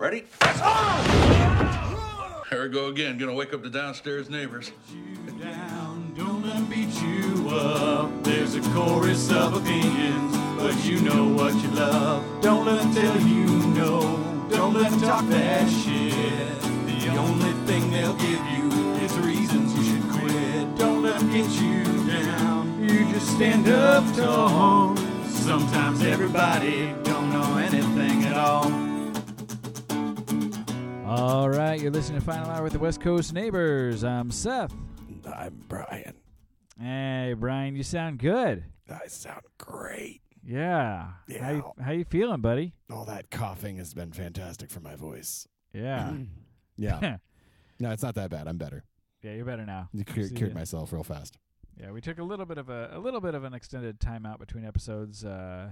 Ready? Here we go again. Gonna wake up the downstairs neighbors. down, don't let beat you up. There's a chorus of opinions, but you know what you love. Don't let them tell you no. Don't let them talk that shit. The only thing they'll give you is reasons you should quit. Don't let them get you down. You just stand up tall. Sometimes everybody don't know anything at all. All right, you're listening to Final Hour with the West Coast Neighbors. I'm Seth. I'm Brian. Hey, Brian, you sound good. I sound great. Yeah. How you, how you feeling, buddy? All that coughing has been fantastic for my voice. Yeah. Yeah. yeah, no, it's not that bad. I'm better. you're better now. You cured, See cured ya. myself real fast. Yeah, we took a little bit of a a little bit of an extended timeout between episodes uh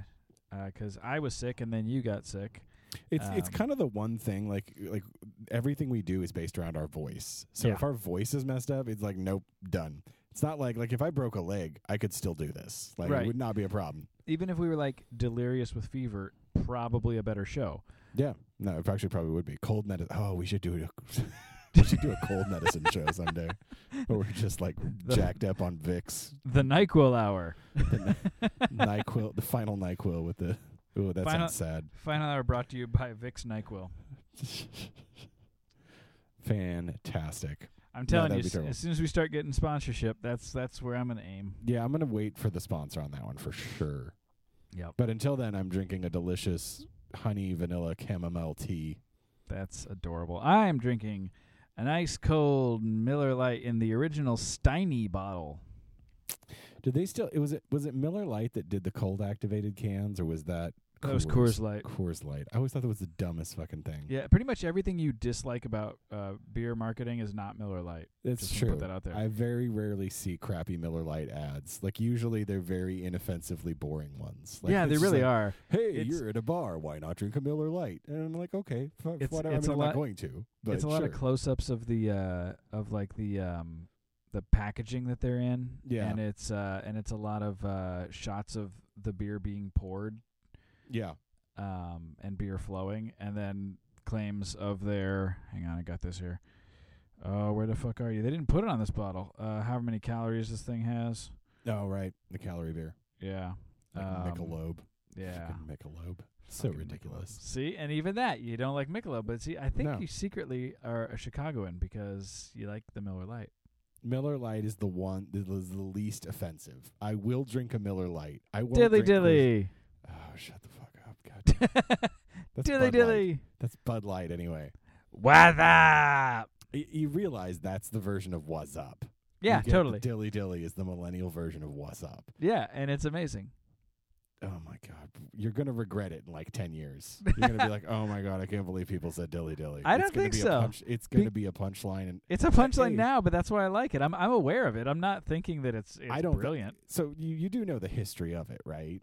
uh 'cause I was sick and then you got sick. It's it's Um, kind of the one thing like like everything we do is based around our voice. So Yeah. if our voice is messed up, it's like nope, done. It's not like like if I broke a leg, I could still do this. Like Right. it would not be a problem. Even if we were like delirious with fever, probably a better show. Yeah. No, it actually probably would be cold medicine. Oh, we should do a we should do a cold medicine show someday. Where we're just like jacked up on Vicks, The NyQuil hour. Nyquil, the final Nyquil with the. Ooh, that Final- sounds sad. Final hour brought to you by Vicks NyQuil. Fantastic. I'm No, telling that'd you, be s- terrible. as soon as we start getting sponsorship, that's that's where I'm gonna aim. Yeah, I'm gonna wait for the sponsor on that one for sure. Yep. But until then, I'm drinking a delicious honey vanilla chamomile tea. That's adorable. I'm drinking an ice cold Miller Lite in the original Steiny bottle. Did they still? It was it was it Miller Lite that did the cold activated cans, or was that? That was Coors Light. Coors Light. I always thought that was the dumbest fucking thing. Yeah, pretty much everything you dislike about uh, beer marketing is not Miller Lite. That's Just wanna true. Put that out there. I very rarely see crappy Miller Lite ads. Like usually they're very inoffensively boring ones. Like, yeah, it's they just really like, are. Hey, It's- you're at a bar. Why not drink a Miller Lite? And I'm like, okay, f- It's- whatever. it's I mean, a I'm lot- not going to. But it's a lot of sure. close-ups of the uh, of like the um, the packaging that they're in. Yeah. and it's uh, and it's a lot of uh, shots of the beer being poured yeah. um, and beer flowing, and then claims of their. Hang on, I got this here. Oh, where the fuck are you? They didn't put it on this bottle. Uh, however many calories this thing has. Oh right, the calorie beer, Yeah. like Um, Michelob. Yeah. Fucking Michelob. So Fucking ridiculous. Michelob. See, and even that you don't like Michelob, but see, I think No. you secretly are a Chicagoan because you like the Miller Lite. Miller Lite is the one that is the least offensive. I will drink a Miller Lite. I won't Dilly drink Coors- dilly, Oh, shut the fuck up, God. That's dilly Bud Light. dilly. That's Bud Light anyway. What up? Y- you realize that's the version of What's Up. Yeah, You get the totally. Dilly dilly is the millennial version of What's Up. yeah, and it's amazing. Oh my god, you're gonna regret it in like ten years. You're gonna be like, oh my god, I can't believe people said dilly dilly. I It's don't gonna think be a so. punch- it's gonna be a punchline, and It's a punchline Hey. now, but that's why I like it. I'm I'm aware of it. I'm not thinking that it's it's I don't thi- brilliant so you you do know the history of it, right?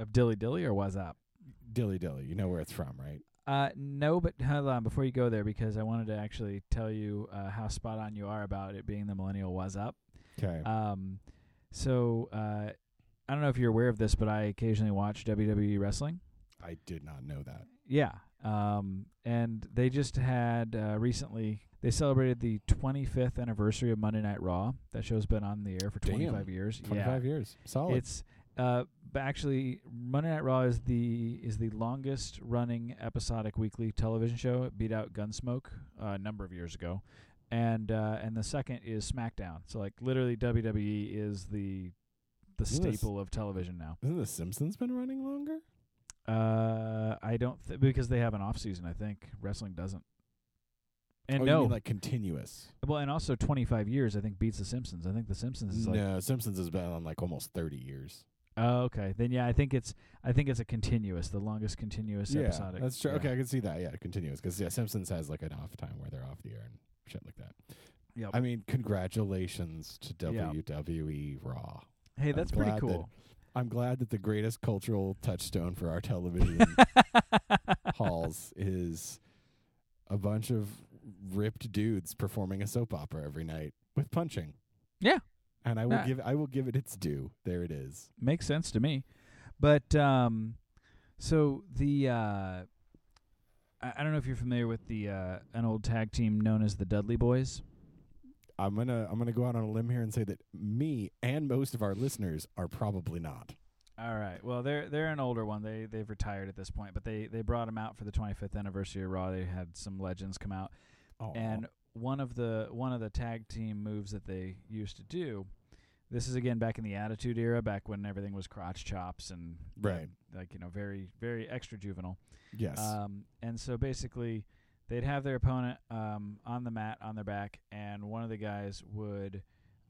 of dilly dilly or what's up. Dilly dilly, you know where it's from, right? Uh, no, but hold on before you go there because I wanted to actually tell you uh, how spot on you are about it being the millennial was up. Okay. Um, so uh, I don't know if you're aware of this, but I occasionally watch WWE wrestling. I did not know that. Yeah. Um, and they just had uh, recently they celebrated the 25th anniversary of Monday Night Raw. That show's been on the air for Damn. 25 years. Twenty yeah. five years, solid. It's uh, but actually Monday Night Raw is the is the longest running episodic weekly television show. It beat out Gunsmoke uh, a number of years ago, and uh, and the second is SmackDown. So like literally WWE is the the Isn't this- staple of television now. Isn't the Simpsons been running longer? Uh, I don't th- because they have an off season. I think wrestling doesn't. And oh, you no, mean like continuous. well, and also 25 years I think beats The Simpsons. I think The Simpsons is like no, Simpsons has been on like almost thirty years. Oh, okay. Then yeah, I think it's I think it's a continuous, the longest continuous yeah, episodic. That's true. yeah. Okay, I can see that. Yeah, continuous because yeah, Simpsons has like an off time where they're off the air and shit like that. Yep. I mean, congratulations to Yeah. WWE Raw. hey, I'm that's pretty glad that- cool. I'm glad that the greatest cultural touchstone for our television halls is a bunch of ripped dudes performing a soap opera every night with punching. Yeah. And I will Nah. give I will give it its due. There it is. Makes sense to me. But um so the uh I, I don't know if you're familiar with the uh, an old tag team known as the Dudley Boys. I'm gonna I'm gonna go out on a limb here and say that me and most of our listeners are probably not. All right. Well, they're they're an older one. They they've retired at this point, but they they brought them out for the 25th anniversary of Raw. They had some legends come out, Oh, and one of the one of the tag team moves that they used to do. This is again back in the Attitude Era, back when everything was crotch chops and Right. like you know, very very extra juvenile. yes, Um, and so basically, they'd have their opponent um, on the mat on their back, and one of the guys would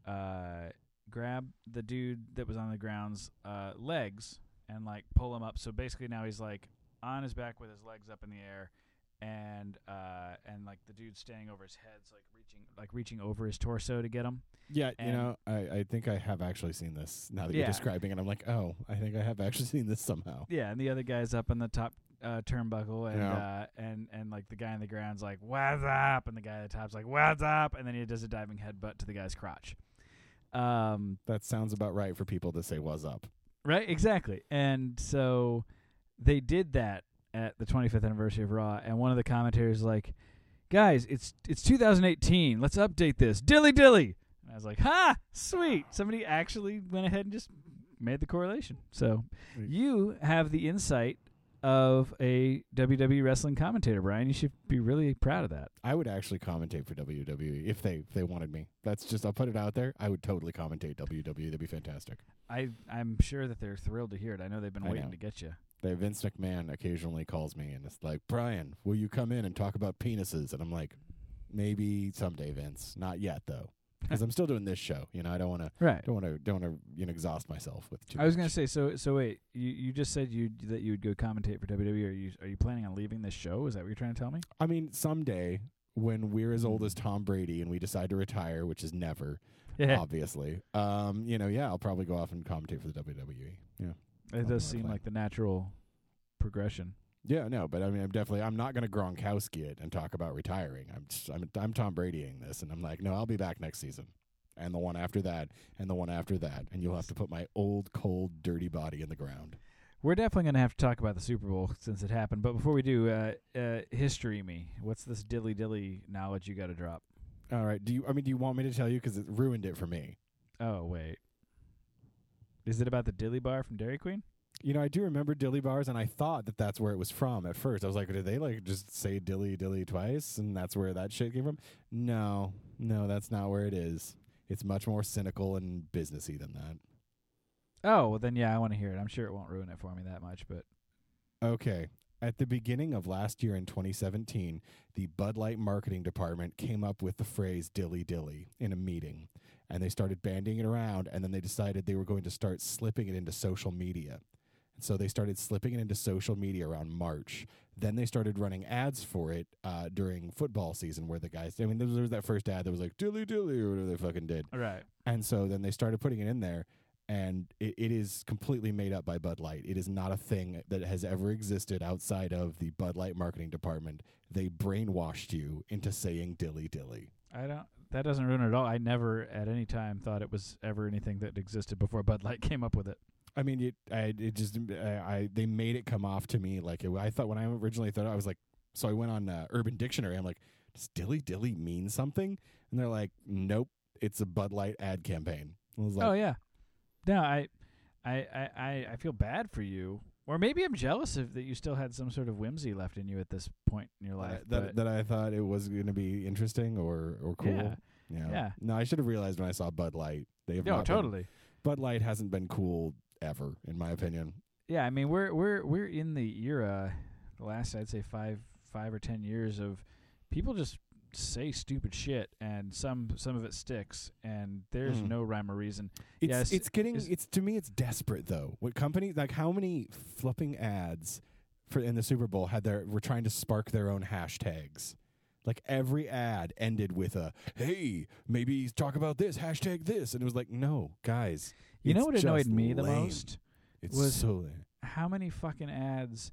uh, grab the dude that was on the ground's uh, legs and like pull him up. So basically, now he's like on his back with his legs up in the air. And uh, and like the dude standing over his head's like reaching like reaching over his torso to get him. yeah. You and- know, I I think I have actually seen this now that Yeah. you're describing it. I'm like, oh, I think I have actually seen this somehow. Yeah, and the other guy's up on the top uh, turnbuckle, and Yeah. uh, and and like the guy on the ground's like, "What's up?" and the guy at the top's like, "What's up?" and then he does a diving headbutt to the guy's crotch. Um, That sounds about right for people to say "was up." right, exactly. And so they did that at the 25th anniversary of Raw, and one of the commentators was like, "Guys, it's it's 2018. Let's update this. Dilly dilly." And I was like, "Ha, sweet! Somebody actually went ahead and just made the correlation." So you have the insight of a WWE wrestling commentator, Brian. You should be really proud of that. I would actually commentate for WWE if they if they wanted me. That's just I'll put it out there. I would totally commentate WWE. That'd be fantastic. I I'm sure that they're thrilled to hear it. I know they've been I waiting know. to get you. They Vince McMahon occasionally calls me and it's like, Brian, will you come in and talk about penises? And I'm like, maybe someday, Vince. Not yet though, because I'm still doing this show. You know, I don't want to Right. don't want to don't want to you know, exhaust myself with too. I was much. gonna say so. So wait, you you just said you that you would go commentate for WWE. Are you are you planning on leaving this show? Is that what you're trying to tell me? I mean, someday when we're as old as Tom Brady and we decide to retire, which is never, Yeah, obviously. Um, you know, yeah, I'll probably go off and commentate for the WWE. Yeah. it my does seem plan. like the natural progression. Yeah, no, but I mean, I'm definitely I'm not going to Gronkowski it and talk about retiring. I'm just, I'm I'm Tom Bradying this, and I'm like, no, I'll be back next season, and the one after that, and the one after that, and you'll have to put my old, cold, dirty body in the ground. We're definitely going to have to talk about the Super Bowl since it happened. But before we do, uh, uh, history me. What's this dilly dilly knowledge you got to drop? All right, do you? I mean, do you want me to tell you because it ruined it for me? Oh wait, is it about the dilly bar from Dairy Queen? You know, I do remember Dilly Bars, and I thought that that's where it was from at first. I was like, did they like just say Dilly Dilly twice, and that's where that shit came from? No, no, that's not where it is. It's much more cynical and businessy than that. Oh well, then yeah, I want to hear it. I'm sure it won't ruin it for me that much, but Okay. At the beginning of last year in 2017, the Bud Light marketing department came up with the phrase dilly dilly in a meeting. And they started banding it around, and then they decided they were going to start slipping it into social media. And so they started slipping it into social media around March. Then they started running ads for it uh, during football season, where the guys, I mean, there was, there was that first ad that was like dilly dilly or whatever they fucking did. all right. And so then they started putting it in there, and it, it is completely made up by Bud Light. It is not a thing that has ever existed outside of the Bud Light marketing department. They brainwashed you into saying dilly dilly. I don't. That doesn't ruin it at all. I never at any time thought it was ever anything that existed before Bud Light came up with it. I mean, it, I, it just, I, I, they made it come off to me like it, I thought when I originally thought, I was like, so I went on uh, Urban Dictionary. I'm like, does dilly dilly mean something? And they're like, nope, it's a Bud Light ad campaign. I was like, oh yeah. No, I, I, I, I, I feel bad for you, or maybe I'm jealous of that you still had some sort of whimsy left in you at this point in your life. Uh, that, but- that I thought it was going to be interesting or or cool. Yeah. Yeah. No, I should have realized when I saw Bud Light. They have no, not been- totally. Bud Light hasn't been cool ever, in my opinion. Yeah, I mean we're we're we're in the era, the last I'd say five five or ten years of people just say stupid shit, and some some of it sticks, and there's Mhm. no rhyme or reason. It's Yes, it's getting is- it's, to me it's desperate though. What company like how many flipping ads for in the Super Bowl had their were trying to spark their own hashtags. Like every ad ended with a hey, maybe talk about this hashtag this, and it was like no guys. You know it's what annoyed just me the lame. most? It's was- so lame. How many fucking ads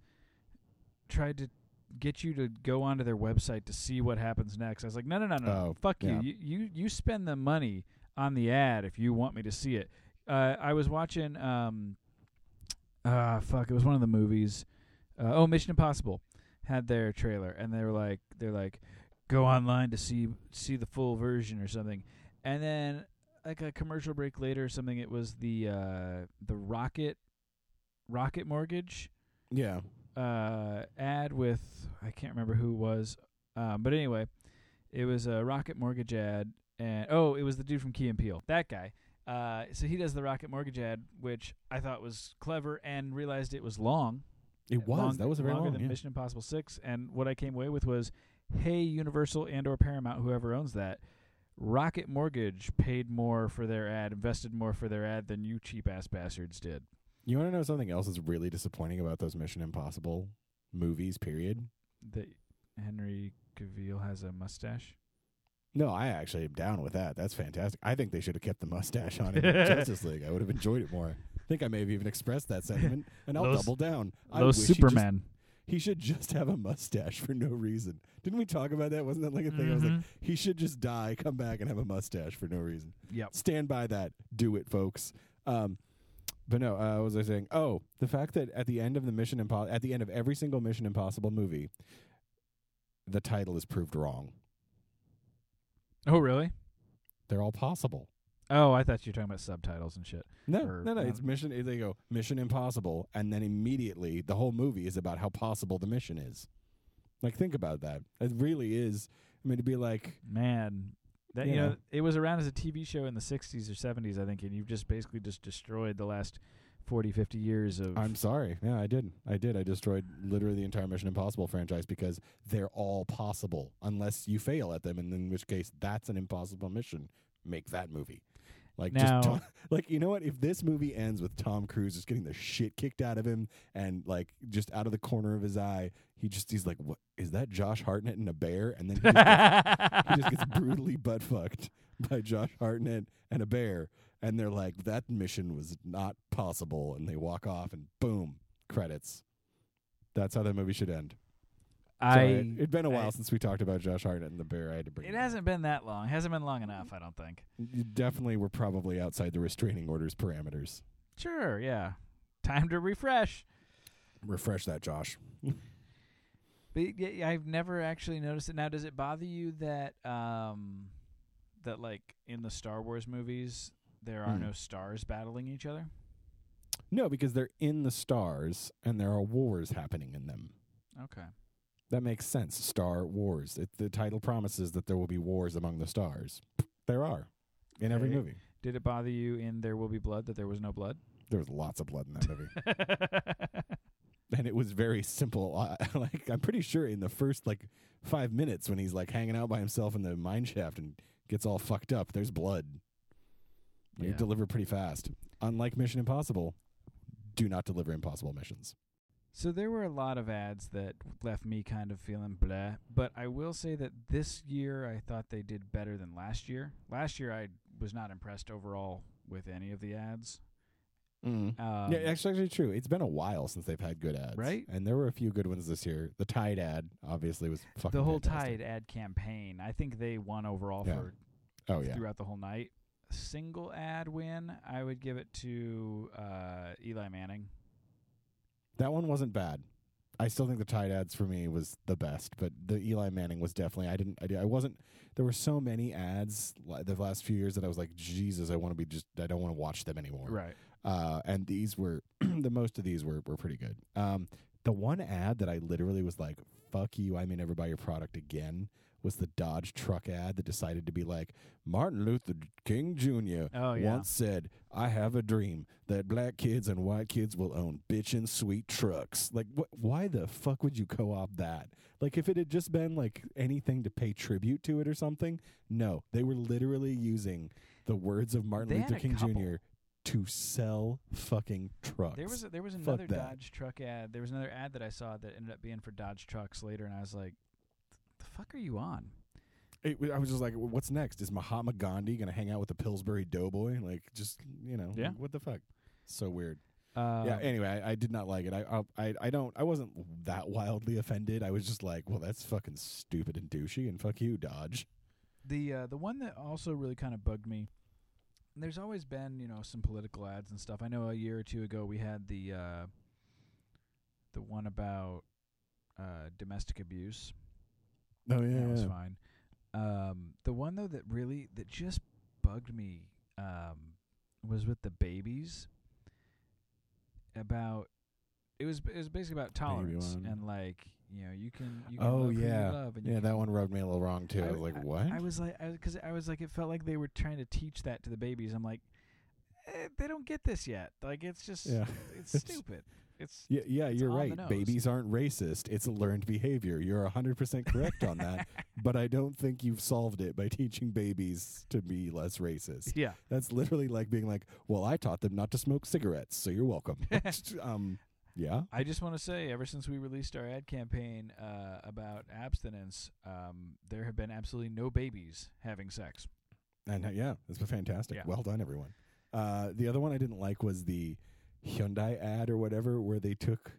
tried to get you to go onto their website to see what happens next? I was like, no, no, no, no, Oh, fuck yeah. you. you, you, you spend the money on the ad if you want me to see it. Uh, I was watching, um, uh, fuck, it was one of the movies. Uh, oh, Mission Impossible had their trailer, and they were like, they're like, go online to see see the full version or something, and then like a commercial break later or something, it was the uh, the Rocket Rocket Mortgage Yeah. uh, ad with I can't remember who it was, um, but anyway, it was a Rocket Mortgage ad, and oh, it was the dude from Key and Peele, that guy. Uh, so he does the Rocket Mortgage ad, which I thought was clever, and realized it was long. It was. Long- that was a very longer long. than yeah. Mission Impossible Six. And what I came away with was, hey, Universal and or Paramount, whoever owns that, Rocket Mortgage paid more for their ad, invested more for their ad than you cheap ass bastards did. You want to know something else that's really disappointing about those Mission Impossible movies? Period. That Henry Cavill has a mustache. No, I actually am down with that. That's fantastic. I think they should have kept the mustache on in Justice League. I would have enjoyed it more. I think I may have even expressed that sentiment, and I'll Those- double down. I Those wish he just- Superman. He should just have a mustache for no reason. Didn't we talk about that? Wasn't that like a thing? I was Mm-hmm. like, he should just die, come back, and have a mustache for no reason. Yep. Stand by that. Do it, folks. Um, but no, uh, what was I saying? Oh, the fact that at the end of the Mission Impossible, at the end of every single Mission Impossible movie, the title is proved wrong. Oh, really? They're all possible. Oh, I thought you were talking about subtitles and shit. No, Or- no, no. no. It's mission. They go Mission Impossible, and then immediately the whole movie is about how possible the mission is. Like, think about that. It really is. I mean, to be like, Man, that you Yeah. know, it was around as a TV show in the '60s or '70s, I think, and you've just basically just destroyed the last 40, 50 years of. I'm sorry. Yeah, I did. I did. I destroyed literally the entire Mission Impossible franchise because they're all possible unless you fail at them, and in which case that's an impossible mission. Make that movie. Like Now- just Tom, like you know what? If this movie ends with Tom Cruise just getting the shit kicked out of him and like just out of the corner of his eye, he just he's like, "What is that? Josh Hartnett and a bear?" And then he just gets- he just gets brutally butt fucked by Josh Hartnett and a bear. And they're like, that mission was not possible. And they walk off and boom, credits. That's how that movie should end. I. Sorry, it'd been a while I- since we talked about Josh Hartnett and the bear. I had to bring It it. up. hasn't been that long. It hasn't been long enough, I don't think. You definitely were probably outside the restraining orders parameters. Sure, yeah. Time to refresh. Refresh that, Josh. But y- y- I've never actually noticed it. Now, does it bother you that um, that like in the Star Wars movies there are Hmm. no stars battling each other? No, because they're in the stars and there are wars happening in them. Okay. That makes sense. Star Wars. It, the title promises that there will be wars among the stars. There are in every Okay. movie. Did it bother you in There Will Be Blood that there was no blood? There was lots of blood in that movie, and it was very simple. I- like I'm pretty sure in the first like five minutes when he's like hanging out by himself in the mine shaft and gets all fucked up, there's blood. You Yeah. deliver pretty fast. Unlike Mission Impossible, do not deliver impossible missions. so there were a lot of ads that left me kind of feeling blah, but I will say that this year I thought they did better than last year. Last year I was not impressed overall with any of the ads. Um, yeah, actually, actually true. It's been a while since they've had good ads, Right? And there were a few good ones this year. The Tide ad obviously was fucking the whole fantastic. Tide ad campaign, I think they won overall Yeah. for Oh yeah, throughout the whole night. Single ad win, I would give it to uh, Eli Manning. that one wasn't bad. I still think the Tide ads for me was the best, but the Eli Manning was definitely. I didn't. I, di- I wasn't. There were so many ads li- the last few years that I was like, Jesus, I want to be just. I don't want to watch them anymore. Right. uh, and these were the most of these were were pretty good. Um, the one ad that I literally was like, "Fuck you, I may never buy your product again." Was the Dodge truck ad that decided to be like Martin Luther King Jr. Oh, yeah. once said, "I have a dream that black kids and white kids will own bitchin' sweet trucks." Like, wh- why the fuck would you co-opt that? Like, if it had just been like anything to pay tribute to it or something, no, they were literally using the words of Martin They had Luther a King couple. Jr to sell fucking trucks. There was a, there was Fuck another that. Dodge truck ad. There was another ad that I saw that ended up being for Dodge trucks later, and I was like, "The fuck are you on?" It wa- I was just like, what's next? Is Mahatma Gandhi gonna hang out with the Pillsbury Doughboy? Like, just you know, Yeah. like, what the fuck? So weird. Uh, yeah. Anyway, I, I did not like it. I, I'll- I I don't. I wasn't that wildly offended. I was just like, well, that's fucking stupid and douchey, and fuck you, Dodge. the uh, the one that also really kind of bugged me. and There's always been you know some political ads and stuff. I know a year or two ago we had the uh, the one about uh, domestic abuse. Oh that was yeah. fine. Um, the one though that really that just bugged me um, was with the babies. About it was it was basically about tolerance one. and like you know you can you can Oh, love who you yeah. love and you Yeah, can- that one rubbed me a little wrong too. I, I- was like, what? I was like because I, was like it felt like they were trying to teach that to the babies. I'm like eh, they don't get this yet. Like it's just yeah. it's stupid. It's Yeah, yeah, you're on the right. nose. Babies aren't racist. It's a learned behavior. You're 100% correct on that, but I don't think you've solved it by teaching babies to be less racist. yeah. That's literally like being like, "Well, I taught them not to smoke cigarettes, so you're welcome." um, yeah. I just want to say, ever since we released our ad campaign uh, about abstinence, um, there have been absolutely no babies having sex. And uh, yeah, it's been fantastic. Yeah. Well done, everyone. Uh, the other one I didn't like was the Hyundai ad or whatever, where they took,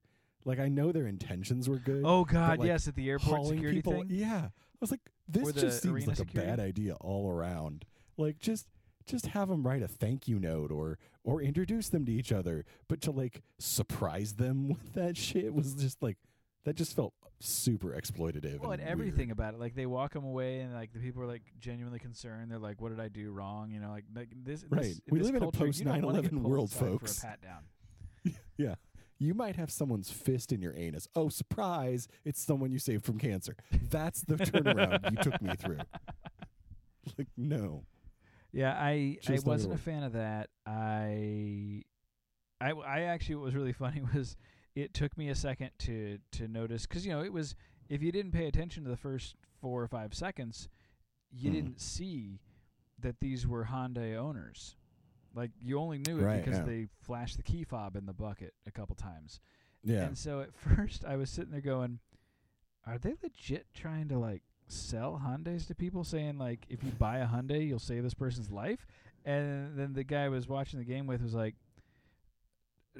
like, I know their intentions were good. Oh God, like, yes, at the airport hauling security people. thing. Yeah, I was like, this Or the just seems arena like security? a bad idea all around. Like, just just have them write a thank you note or or introduce them to each other, but to like surprise them with that shit was just like that just felt super exploitative. Well, and weird. everything about it, like they walk them away, and like the people are like genuinely concerned. They're like, "What did I do wrong?" You know, like like this. Right. this- We this live in a culture, you don't wanna get post-9/11 pulled world, aside for a folks. pat down. Yeah. You might have someone's fist in your anus. Oh, surprise. It's someone you saved from cancer. That's the turnaround you took me through. Like, no. Yeah, I Just I the wasn't a middle. fan of that. I, I I actually what was really funny was it took me a second to to notice because you know it was if you didn't pay attention to the first four or five seconds, you Mhm. didn't see that these were Hyundai owners. Like you only knew it Right, because yeah. they flashed the key fob in the bucket a couple times. Yeah. And so at first I was sitting there going, are they legit trying to like sell Hyundais to people saying like if you buy a Hyundai you'll save this person's life? And then the guy I was watching the game with was like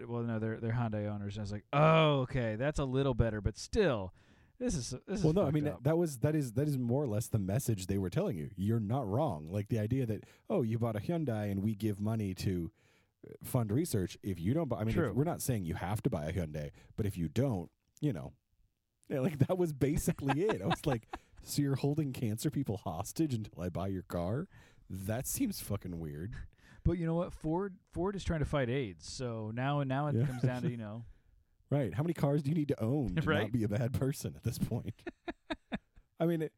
well no they're they're Hyundai owners. And I was like, "Oh, okay, that's a little better, but still this is this is Well, no, I fucked mean up. that, that was that is that is more or less the message they were telling you. You're not wrong. Like the idea that oh, you bought a Hyundai and we give money to uh, fund research. If you don't buy, I mean, if- True. we're not saying you have to buy a Hyundai, but if you don't, you know, yeah, like that was basically it. I was like, so you're holding cancer people hostage until I buy your car. That seems fucking weird. But you know what? Ford Ford is trying to fight AIDS. So now and now it Yeah. comes down to, you know, Right. How many cars do you need to own to Right. not be a bad person at this point? I mean, it,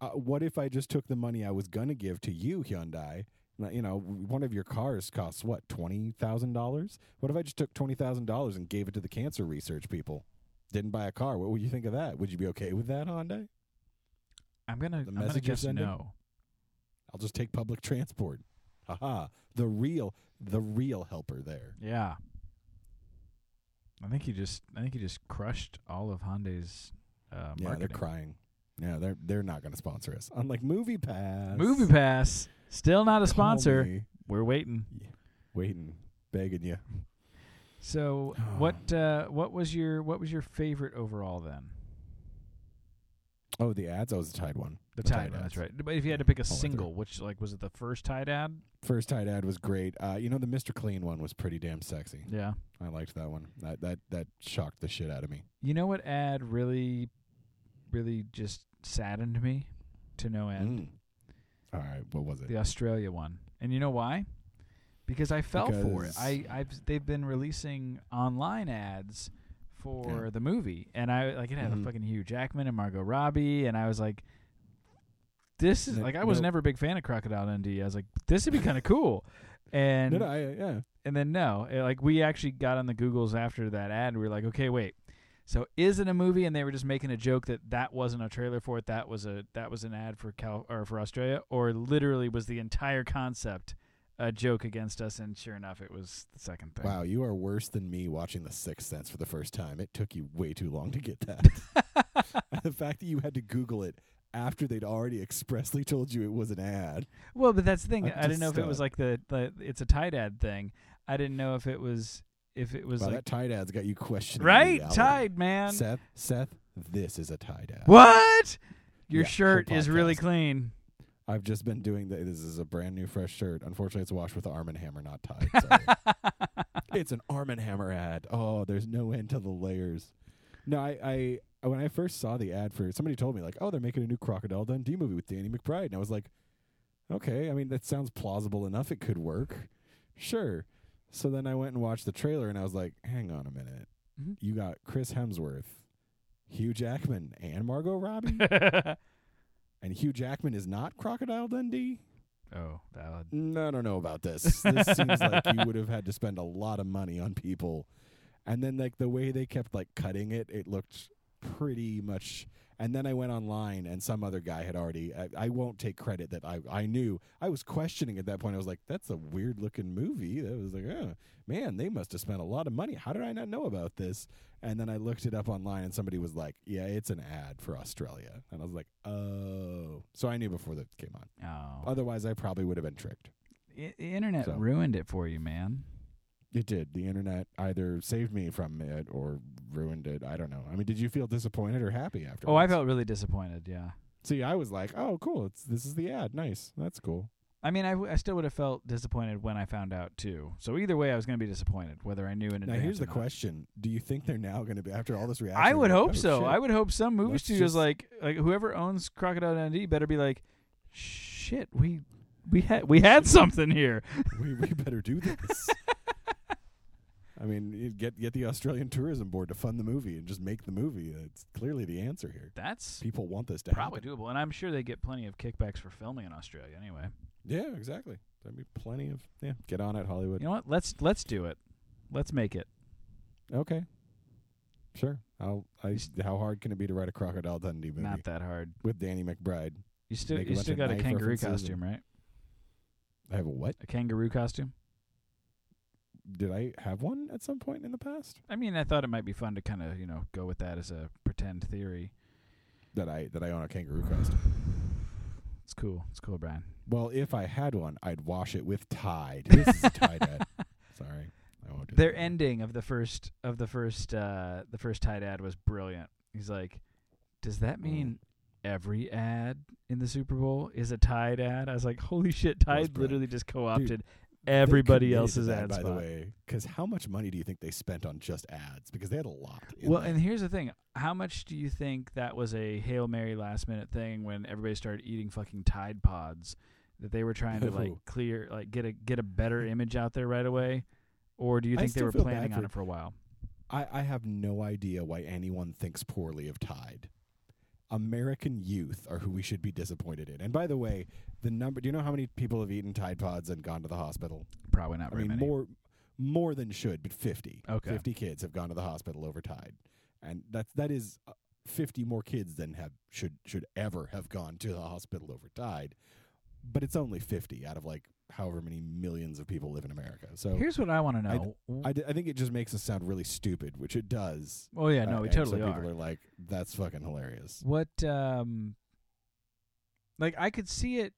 uh, what if I just took the money I was going to give to you, Hyundai? and I- You know, w- one of your cars costs what, $20,000? What if I just took $20,000 and gave it to the cancer research people? Didn't buy a car. What would you think of that? Would you be okay with that, Hyundai? I'm going to I'm going to message you're guess sending? no. I'll just take public transport. Haha. The real, the real helper there. Yeah. I think he just I think he just crushed all of Hyundai's uh Yeah, marketing. they're crying. Yeah, they're they're not going to sponsor us. Unlike Movie Pass. Movie Pass still not a sponsor. We're waiting. waiting, begging you. So what uh what was your what was your favorite overall then? Oh, the ads. Oh, it was the Oh, Tide one. The Tide Tide, one, that's ads. right. But if you had to pick a All went through. single, which like was it the first Tide ad? First Tide ad was great. Uh, you know, the Mister Clean one was pretty damn sexy. Yeah. I liked that one. That that that shocked the shit out of me. You know what ad really really just saddened me to no end? Mm. All right, what was it? the Australia one. And you know why? Because I fell for it. Because- I I've they've been releasing online ads for Yeah. the movie and I like it had a Mhm. fucking Hugh Jackman and Margot Robbie and I was like this is No- like I was nope. never a big fan of Crocodile Dundee. I was like this would be kind of cool. And no, no, I, yeah. and then no, it- like we actually got on the Googles after that ad and we were like, "Okay, wait. So is it a movie?" And they were just making a joke that that wasn't a trailer for it. That was a that was an ad for Cal or for Australia, or literally was the entire concept a joke against us? And sure enough, it was the second thing. Wow, you are worse than me watching The Sixth Sense for the first time. It took you way too long to get that. the fact that you had to Google it after they'd already expressly told you it was an ad. Well, but that's the thing. I'm I didn't just, know if it was uh, like the, the it's a tight ad thing. I didn't know if it was if it was Wow, like that Tide ad's got you questioning. right reality. tied man. Seth, Seth, this is a Tide ad. What? Your Yeah, whole shirt is really podcast. clean. I've just been doing the, this is a brand new fresh shirt. Unfortunately, it's washed with Arm and Hammer, not Tide. Sorry. it's an Arm and Hammer ad. Oh, there's no end to the layers. No, I, I when I first saw the ad for somebody told me like, oh, they're making a new Crocodile Dundee movie with Danny McBride, and I was like, okay, I mean that sounds plausible enough. It could work, sure. So then I went and watched the trailer, and I was like, hang on a minute, Mhm. you got Chris Hemsworth, Hugh Jackman, and Margot Robbie, and Hugh Jackman is not Crocodile Dundee. oh, valid. "Mm, I don't know about this. This seems like you would have had to spend a lot of money on people. And then like the way they kept like cutting it, it looked pretty much. And then I went online and some other guy had already. I, I won't take credit that I I knew. I was questioning at that point. I was like, "That's a weird looking movie." That was like, "Oh man, they must have spent a lot of money. How did I not know about this?" And then I looked it up online, and somebody was like, "Yeah, it's an ad for Australia." And I was like, "Oh." So I knew before that came on. Oh, Otherwise, I probably would have been tricked. I- the internet So. ruined it for you, man. It did. The internet either saved me from it or ruined it. I don't know. I mean, did you feel disappointed or happy after? Oh, I felt really disappointed. Yeah. See, I was like, "Oh, cool! It's this is the ad. Nice. That's cool." I mean, I, w- I still would have felt disappointed when I found out too. So either way, I was going to be disappointed, whether I knew in Now, advance. here's the or not. question: Do you think they're now going to be after all this reaction? I would they're like, hope "Oh, so. shit." I would hope some movie Let's studios just- like like whoever owns Crocodile Dundee better be like, shit, we we had we had something here. we, we better do this. I mean, you get get the Australian Tourism Board to fund the movie and just make the movie. That's clearly the answer here. That's People want this to probably happen. doable, and I'm sure they get plenty of kickbacks for filming in Australia anyway. Yeah, exactly. There'd be plenty of yeah. Get on it, Hollywood. You know what? Let's let's do it. Let's make it. Okay. Sure. I'll, I, Just- how hard can it be to write a Crocodile Dundee movie Not that hard. with Danny McBride? You still Make a you bunch still of got a knife kangaroo references and- costume, right? I have a what? A kangaroo costume. Did I have one at some point in the past I mean, I thought it might be fun to kind of you know go with that as a pretend theory. that I that I own a kangaroo costume? It's cool. It's cool, Brian. Well, if I had one, I'd wash it with Tide. This is Tide ad. Sorry, I won't do Their that. ending of the first of the first uh the first Tide ad was brilliant. He's like, "Does Mm. that mean every ad in the Super Bowl is a Tide ad?" I was like, "Holy shit, was Tide brilliant. literally just co-opted They everybody committed to else's that, ad by the spot." way. Because how much money do you think they spent on just ads? Because they had a lot. in Well, that. and here's the thing: how much do you think that was a hail mary last minute thing when everybody started eating fucking Tide pods that they were trying to like Oh. clear, like get a get a better image out there right away, or do you I think they still were feel planning bad on for- it for a while? I, I have no idea why anyone thinks poorly of Tide. American youth are who we should be disappointed in. And by the way, the number do you know how many people have eaten Tide Pods and gone to the hospital? Probably not I very mean many. more more than should, but 50. Okay. 50 kids have gone to the hospital over Tide. And that that is uh, 50 more kids than have should should ever have gone to the hospital over Tide. But it's only 50 out of like however many millions of people live in America. So Here's what I want to I- know. I, d- I think it just makes us sound really stupid, which it does. oh yeah, Uh, no, we and so totally are. People are like, "That's fucking hilarious." What um, like I could see it,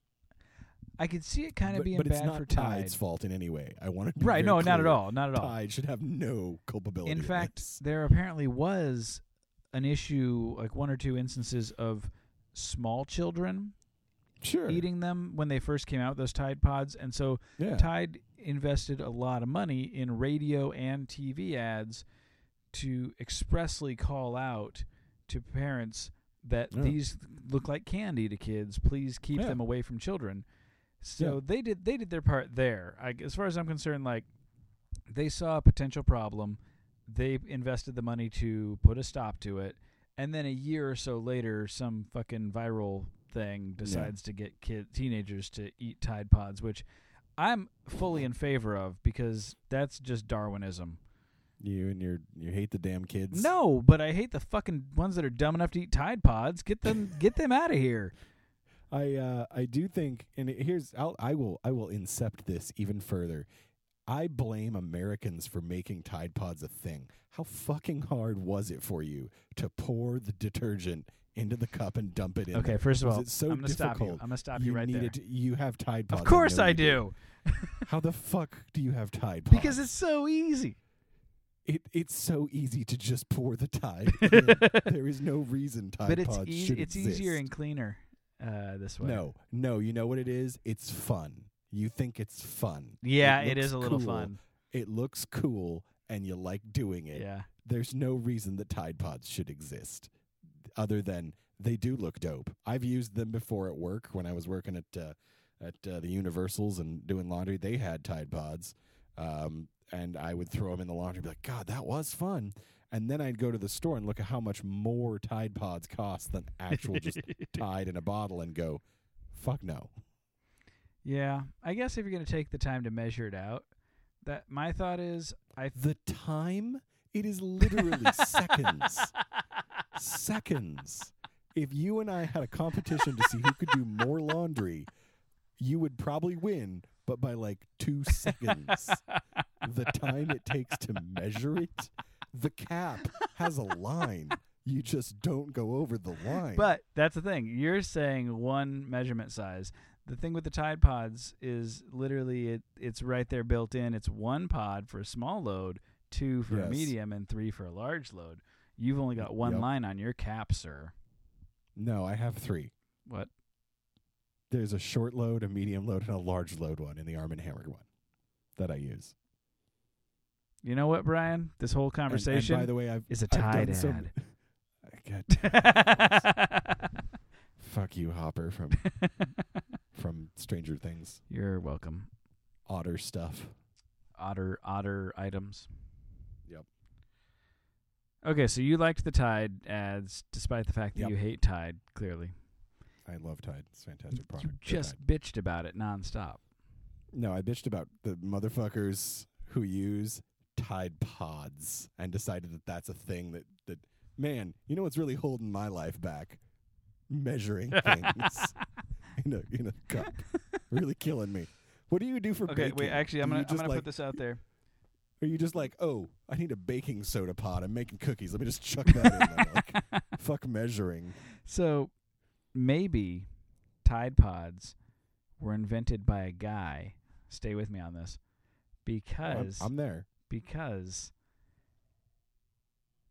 I could see it kind of but, being but bad it's not for Tide's Tide. fault in any way. I want to be Right? very No, not at clear. all. Not at all. Tide should have no culpability. In fact, this. there apparently was an issue, like one or two instances of small children sure, eating them when they first came out, those Tide Pods. And so yeah. Tide invested a lot of money in radio and TV ads to expressly call out to parents that Yeah. these look like candy to kids. Please keep Yeah. them away from children. So Yeah. they did they did their part there. I, as far as I'm concerned, like they saw a potential problem, they invested the money to put a stop to it, and then a year or so later, some fucking viral thing decides to get kid teenagers to eat Tide Pods, which I'm fully in favor of because that's just Darwinism. you and your you hate the damn kids. No, but I hate the fucking ones that are dumb enough to eat Tide Pods. Get them, get them out of here. I uh, I do think, and it- here's I'll, I will I will incept this even further. I blame Americans for making Tide Pods a thing. How fucking hard was it for you to pour the detergent into the cup and dump it in? Okay, there? first of Was all, it so I'm gonna stop you. difficult? I'm gonna stop you, right there. needed to- you have Tide Pods. of course know I you do, How the fuck do you have Tide Pods? because it's so easy. it, it's so easy to just pour the Tide. in. there is no reason Tide but it's Pods eas- should it's exist. easier and cleaner uh, this way. No, no. You know what it is? It's fun. You think it's fun. Yeah, it looks is a little cool. fun. It looks cool, and you like doing it. Yeah. There's no reason that Tide Pods should exist. other than they do look dope. I've used them before at work when I was working at uh, at uh, the Universals and doing laundry. They had Tide Pods, um, and I would throw them in the laundry. and Be like, God, that was fun. And then I'd go to the store and look at how much more Tide Pods cost than actual just Tide in a bottle, and go, fuck no. Yeah, I guess if you're gonna take the time to measure it out, that my thought is I The time it is literally seconds. seconds. If you and I had a competition to see who could do more laundry, you would probably win, but by like two seconds. the time it takes to measure it, the cap has a line. You just don't go over the line. But that's the thing. You're saying one measurement size. The thing with the Tide Pods is literally it it's right there built in. It's one pod for a small load, two for a Yes. medium, and three for a large load. You've only got one Yep. line on your cap, sir. no, I have three. What? There's a short load, a medium load, and a large load one in the Arm and Hammer one that I use. You know what, Brian? This whole And- and conversation by the way, I've is a I've done Tide so- ad. I got Fuck you, Hopper from from Stranger Things. You're welcome. Otter stuff. Otter otter items. Yep. Okay, so you liked the Tide ads despite the fact that Yep. you hate Tide, clearly. I love Tide. It's a fantastic You product. Go just Tide. bitched about it nonstop. no, I bitched about the motherfuckers who use Tide Pods and decided that that's a thing that that man, you know what's really holding my life back? Measuring things in a in a cup, really killing me. What do you do for Okay, baking? wait. Actually, I'm Do you gonna I'm just gonna like, put this out there. Are you just like, oh, I need a baking soda pod. I'm making cookies. Let me just chuck that in. there." Like, fuck measuring. So maybe Tide Pods were invented by a guy. Stay with me on this, I'm- because I'm there. because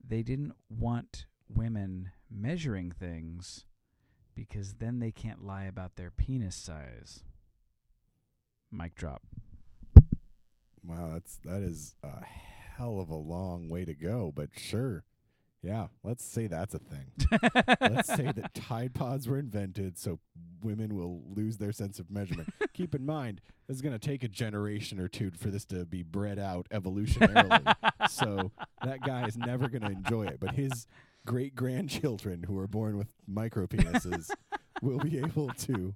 they didn't want women measuring things because then they can't lie about their penis size. Mic drop. Wow, that's that is a hell of a long way to go, but sure. Yeah, let's say that's a thing. let's say that Tide Pods were invented so women will lose their sense of measurement. Keep in mind, it's going to take a generation or two for this to be bred out evolutionarily. so that guy is never going to enjoy it, but his great grandchildren who are born with micro penises will be able to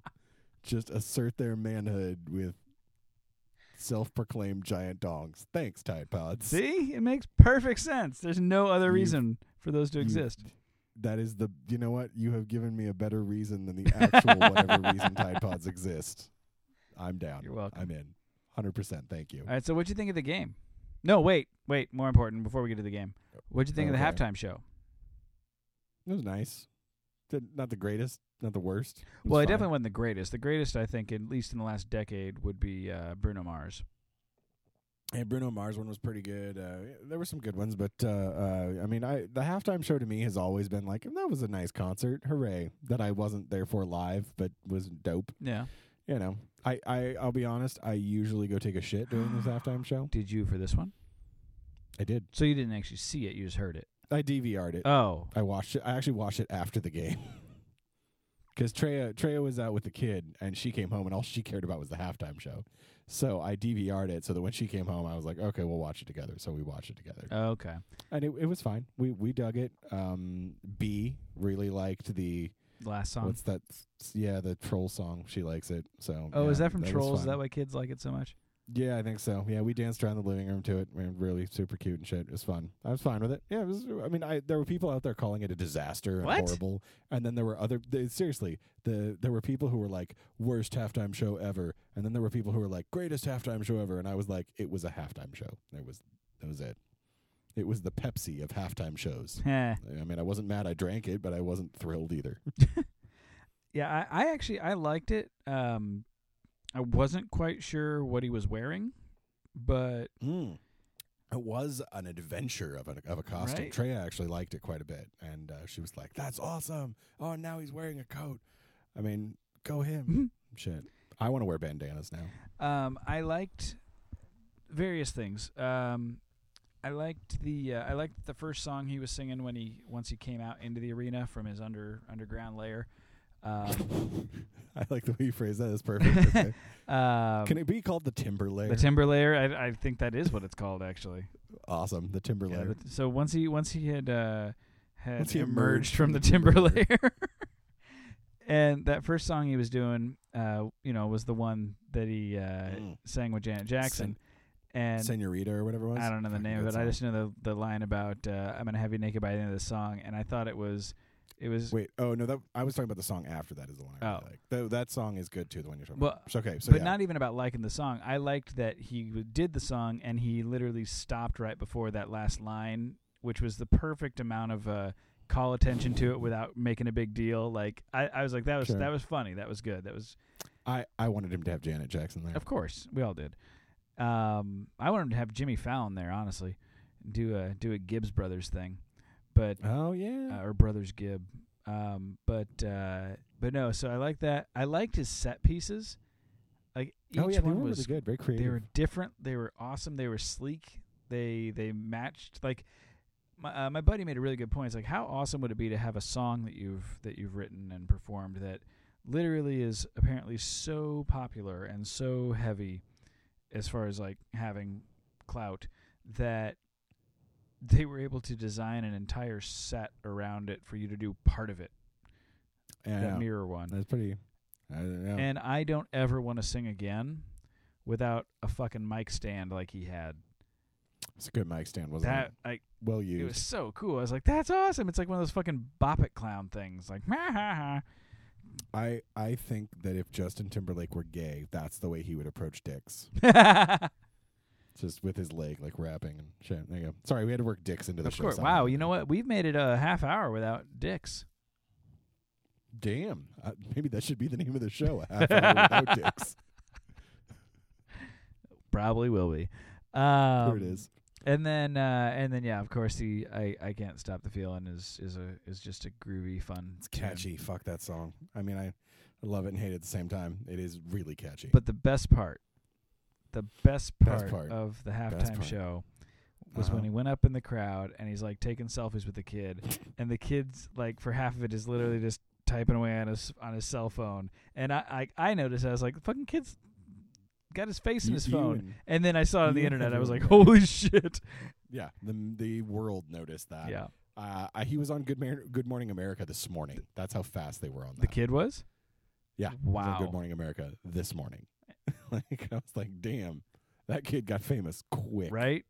just assert their manhood with self-proclaimed giant dongs. Thanks, Tide Pods. See, it makes perfect sense. There's no other You've- reason for those to You've- exist. That is the you know what? You have given me a better reason than the actual whatever reason Tide Pods exist. I'm down. You're welcome. I'm in. Hundred percent. Thank you. All right, so what'd you think of the game? No, wait, wait. More important, before we get to the game, what'd you think of Okay. the halftime show? It was nice. Did- Not the greatest, not the worst. It was Well, it fine. definitely wasn't the greatest. The greatest, I think, at least in the last decade, would be uh, Bruno Mars. And Bruno Mars one was pretty good. Uh, there were some good ones, but uh, uh, I mean, I the halftime show to me has always been like that was a nice concert. Hooray! That I wasn't there for live, but was dope. Yeah, You know, I, I I'll be honest. I usually go take a shit during this halftime show. did you for this one? I did. So you didn't actually see it; you just heard it. I DVR'd it. Oh, I watched it. I actually watched it after the game because Treya Treya was out with the kid, and she came home, and all she cared about was the halftime show. So I DVR'd it so that when she came home, I was like, okay, we'll watch it together. So we watched it together, okay. and it, it was fine. We we dug it. Um, B really liked the Last song. what's that? Yeah, the troll song. She likes it. So oh, yeah, is that from was Trolls? Is fun. that why kids like it so much? Yeah, I think so. Yeah, we danced around the living room to it. We were really super cute and shit. It was fun. I was fine with it. Yeah, it was, I mean, I there were people out there calling it a disaster and What? horrible, and then there were other. They, seriously, the there were people who were like worst halftime show ever, and then there were people who were like greatest halftime show ever, and I was like, it was a halftime show. There was that was it. It was the Pepsi of halftime shows. Heh. I mean, I wasn't mad. I drank it, but I wasn't thrilled either. yeah, I, I actually I liked it. Um, I wasn't quite sure what he was wearing, but Mm. It was an adventure of a, of a costume. Right. Treya actually liked it quite a bit, and uh, she was like, "That's awesome! Oh, now he's wearing a coat. I mean, go him! Shit, I want to wear bandanas now. Um, I liked various things. Um, I liked the uh, I liked the first song he was singing when he once he came out into the arena from his under underground lair. Um, I like the way you phrase that. That's perfect. Okay. um, Can it be called the timber layer? the timber lair? I, I think that is what it's called actually. awesome. The timber Yeah, layer. but- so once he once he had uh, had Once he emerged from the timber layer, and that first song he was doing, uh, you know, was the one that he uh, Mm. sang with Janet Jackson, and Senorita or whatever it was. I don't know the Fucking name of good it. I song. just know the the line about uh, I'm gonna have you naked by the end of the song, and I thought it was it was Wait, oh no, that I was talking about the song after that is the one I really Oh. like. Though that song is good too, the one you're talking well. about. So, okay, so but yeah. not even about liking the song. I liked that he w- did the song and he literally stopped right before that last line, which was the perfect amount of uh, call attention to it without making a big deal. Like I, I was like, that was Sure. that was funny. That was good. That was I I wanted him to have Janet Jackson there. of course we all did. Um, I wanted to have Jimmy Fallon there, honestly, do a do a Gibbs Brothers thing, but Oh uh, yeah. or Brothers Gibb. Um, but uh, but no, so I like that. I liked his set pieces. Like each oh yeah, they were one really was good, very creative. they were different. They were awesome. They were sleek. They they matched like my uh, my buddy made a really good point. It's like how awesome would it be to have a song that you've that you've written and performed that literally is apparently so popular and so heavy as far as like having clout that they were able to design an entire set around it for you to do part of it. yeah, That mirror one. That's pretty uh, I don't know. And I don't ever want to sing again without a fucking mic stand like he had. it's a good mic stand, wasn't That it? like Well it used. was so cool. I was like, "That's awesome!" It's like one of those fucking bop it clown things. Like, "Mah, ha, ha." I I think that if Justin Timberlake were gay, that's the way he would approach dicks. Just with his leg like rapping and shit. There you go. Sorry, we had to work dicks into the of show. course. somehow. Wow, you know what? We've made it a half hour without dicks. Damn. Uh, maybe that should be the name of the show. A half hour without dicks. Probably will be. Um, Here it is. And then, uh, and then, yeah, of course, the I, I can't stop the feeling is is a is just a groovy, fun, It's tune. catchy. Fuck that song. I mean, I, I love it and hate it at the same time. It is really catchy. But the best part, the best part, Best part. of the halftime part. show was when Uh-huh. he went up in the crowd and he's like taking selfies with the kid and the kid's like for half of it is literally just typing away on his on his cell phone and I I, I noticed I was like the fucking kid's got his face in You- his you phone and- and then I saw it on the you internet I was like everyone- holy shit yeah, the the world noticed that. yeah Uh, I, he was on Good, Mar- Good Morning America this morning. That's how fast they were on that. the kid was Yeah. he was on wow Good Morning America this morning. like I was like, damn, that kid got famous quick. right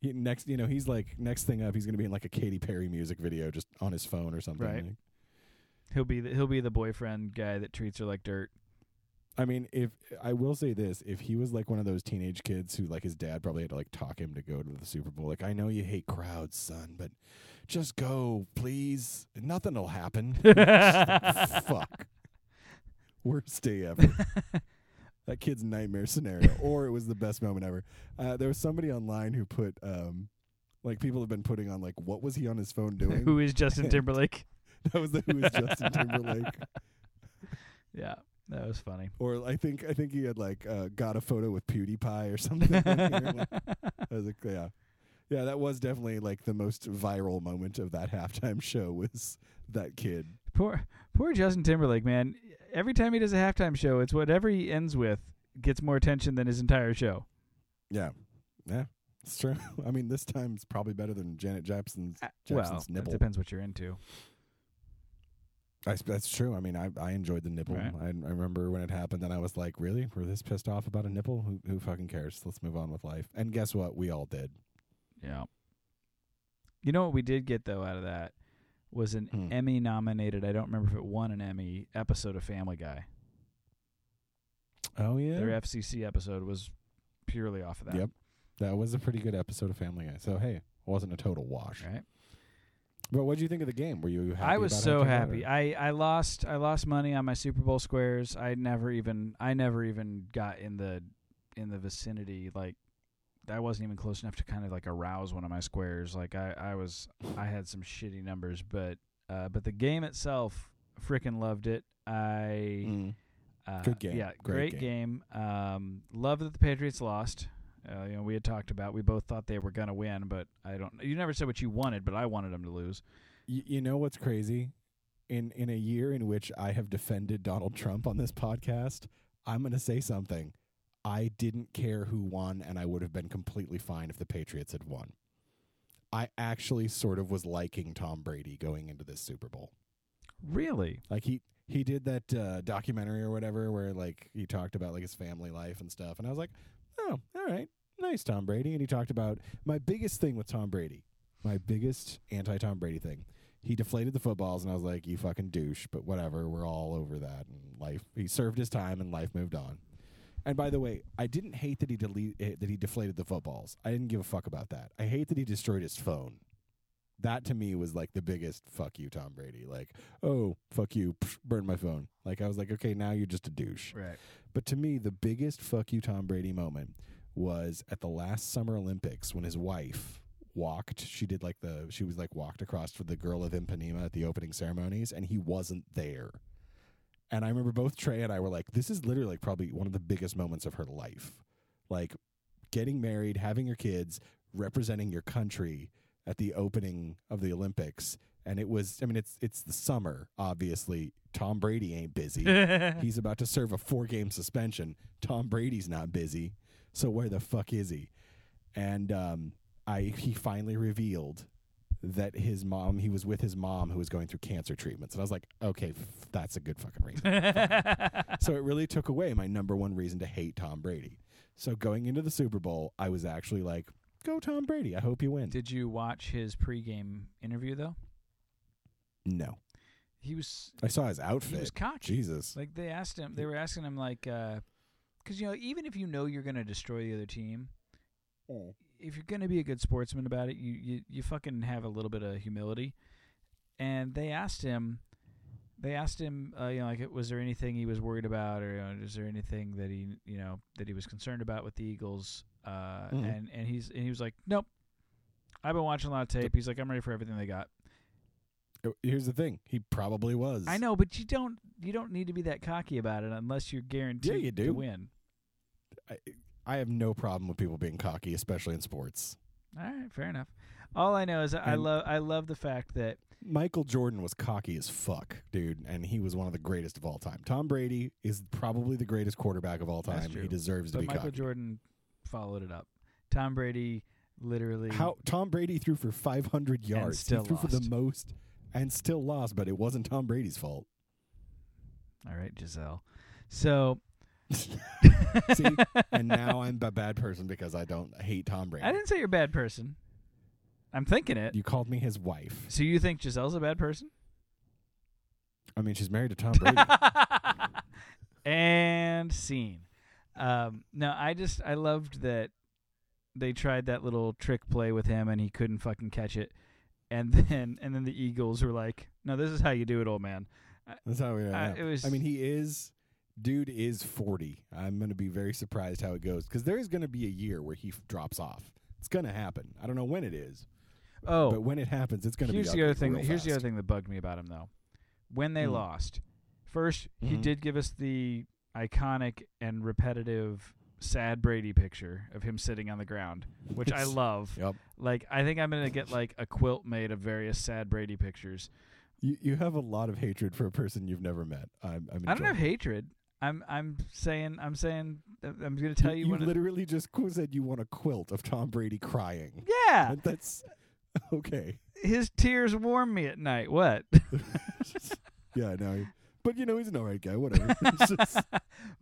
He, next, you know, he's like next thing up, he's gonna be in like a Katy Perry music video just on his phone or something. Right. Like, he'll be the, he'll be the boyfriend guy that treats her like dirt I mean, if I will say this, if he was like one of those teenage kids who like his dad probably had to like talk him to go to the Super Bowl, like I know you hate crowds, son, but just go, please. Nothing'll happen. Fuck. Worst day ever. that kid's nightmare scenario, or it was the best moment ever. Uh, there was somebody online who put, um, like, people have been putting on, like, what was he on his phone doing? who is Justin Timberlake that was the who was Justin Timberlake. yeah that was funny or I think I think he had like uh, got a photo with PewDiePie or something. on here. Like, I was like, yeah, yeah, that was definitely like the most viral moment of that halftime show was that kid. Poor, poor Justin Timberlake, man. Every time he does a halftime show, it's whatever he ends with gets more attention than his entire show. Yeah, yeah, it's true. I mean, this time's probably better than Janet Jackson's. Uh, Jackson's well, it nipple. depends what you're into. I, s- that's true. I mean, I, I enjoyed the nipple. Right. I, I remember when it happened, and I was like, really, we're this pissed off about a nipple? Who, who fucking cares? Let's move on with life. And guess what? We all did. Yeah. You know what we did get though out of that was an Hmm. Emmy nominated. I don't remember if it won an Emmy episode of Family Guy. Oh yeah, Their FCC episode was purely off of that. Yep. That was a pretty good episode of Family Guy. So hey, wasn't a total wash. Right. But what did you think of the game? Were you happy? I was about so how it turned out, happy. or- I, I lost I lost money on my Super Bowl squares. I never even I never even got in the in the vicinity like I wasn't even close enough to kind of like arouse one of my squares. Like I, I was I had some shitty numbers, but uh, but the game itself freaking loved it. I Mm. uh, Good game. Yeah, Great great game. Um, love that the Patriots lost. Uh, you know, we had talked about we both thought they were gonna win, but I don't. You never said what you wanted, but I wanted them to lose. Y- you know what's crazy? In in a year in which I have defended Donald Trump on this podcast, I'm going to say something. I didn't care who won, and I would have been completely fine if the Patriots had won. I actually sort of was liking Tom Brady going into this Super Bowl. Really? Like he he did that uh, documentary or whatever where like he talked about like his family life and stuff, and I was like, oh, all right, nice Tom Brady. And he talked about my biggest thing with Tom Brady, my biggest anti Tom Brady thing. He deflated the footballs, and I was like, you fucking douche. But whatever, we're all over that. And life, he served his time, and life moved on. And by the way, I didn't hate that he delete eh, that he deflated the footballs. I didn't give a fuck about that. I hate that he destroyed his phone. That to me was like the biggest fuck you, Tom Brady. Like, oh fuck you, psh, burn my phone. Like I was like, okay, now you're just a douche. Right. But to me, the biggest fuck you, Tom Brady moment was at the last Summer Olympics when his wife walked. She did like the, she was like walked across for the girl of Ipanema at the opening ceremonies, and he wasn't there. And I remember both Trey and I were like, this is literally like probably one of the biggest moments of her life. Like getting married, having your kids, representing your country at the opening of the Olympics. And it was, I mean, it's it's the summer, obviously. Tom Brady ain't busy. He's about to serve a four game suspension. Tom Brady's not busy. So where the fuck is he? And um, I he finally revealed that his mom he was with his mom who was going through cancer treatments. And I was like, okay, f- that's a good fucking reason. so it really took away my number one reason to hate Tom Brady. So going into the Super Bowl, I was actually like, go Tom Brady. I hope you win. Did you watch his pregame interview though? no. He was I saw his he was outfit. cocky. Jesus. Like they asked him, they were asking him like, because you know, even if you know you're gonna destroy the other team, if you're gonna be a good sportsman about it, you you you fucking have a little bit of humility. And they asked him, they asked him, uh, you know, like, was there anything he was worried about, or you know, is there anything that he, you know, that he was concerned about with the Eagles? Uh, Mhm. And and he's and he was like, nope. I've been watching a lot of tape. He's like, I'm ready for everything they got. Here's the thing. He probably was. I know, but you don't you don't need to be that cocky about it unless you're guaranteed you to do. win. I, I have no problem with people being cocky, especially in sports. All right, fair enough. All I know is I And- love I love the fact that Michael Jordan was cocky as fuck, dude, and he was one of the greatest of all time. Tom Brady is probably the greatest quarterback of all That's time. true. He deserves to but be Michael cocky. Jordan followed it up. Tom Brady literally How Tom Brady threw for 500 yards. still he threw for the lost. most and still lost, but it wasn't Tom Brady's fault. All right, Giselle. So See? and now I'm a bad person because I don't hate Tom Brady. I didn't say you're a bad person. I'm thinking it. you called me his wife. so you think Giselle's a bad person? I mean, she's married to Tom Brady. and scene. Um, no, I just I loved that they tried that little trick play with him and he couldn't fucking catch it, and then and then the Eagles were like, "No, this is how you do it, old man." That's how we know. Uh, it it was- was, I mean, he is. Dude is 40. I'm going to be very surprised how it goes because there is going to be a year where he f- drops off. It's going to happen. I don't know when it is, Oh, but when it happens, it's going to be. here's the ugly other thing. real here's the fast. other thing that bugged me about him though. When they Mm. lost, 1st he Mhm. did give us the iconic and repetitive sad Brady picture of him sitting on the ground, which I love. Yep. Like I think I'm gonna get like a quilt made of various sad Brady pictures. You, you have a lot of hatred for a person you've never met. I'm, I'm I don't enjoying have it. hatred. I'm I'm saying I'm saying I'm gonna tell you, You, what. it- literally just qu- said you want a quilt of Tom Brady crying. yeah, That- That's okay. his tears warm me at night. What? Yeah, no. But you know, he's an all right guy. Whatever. It's just-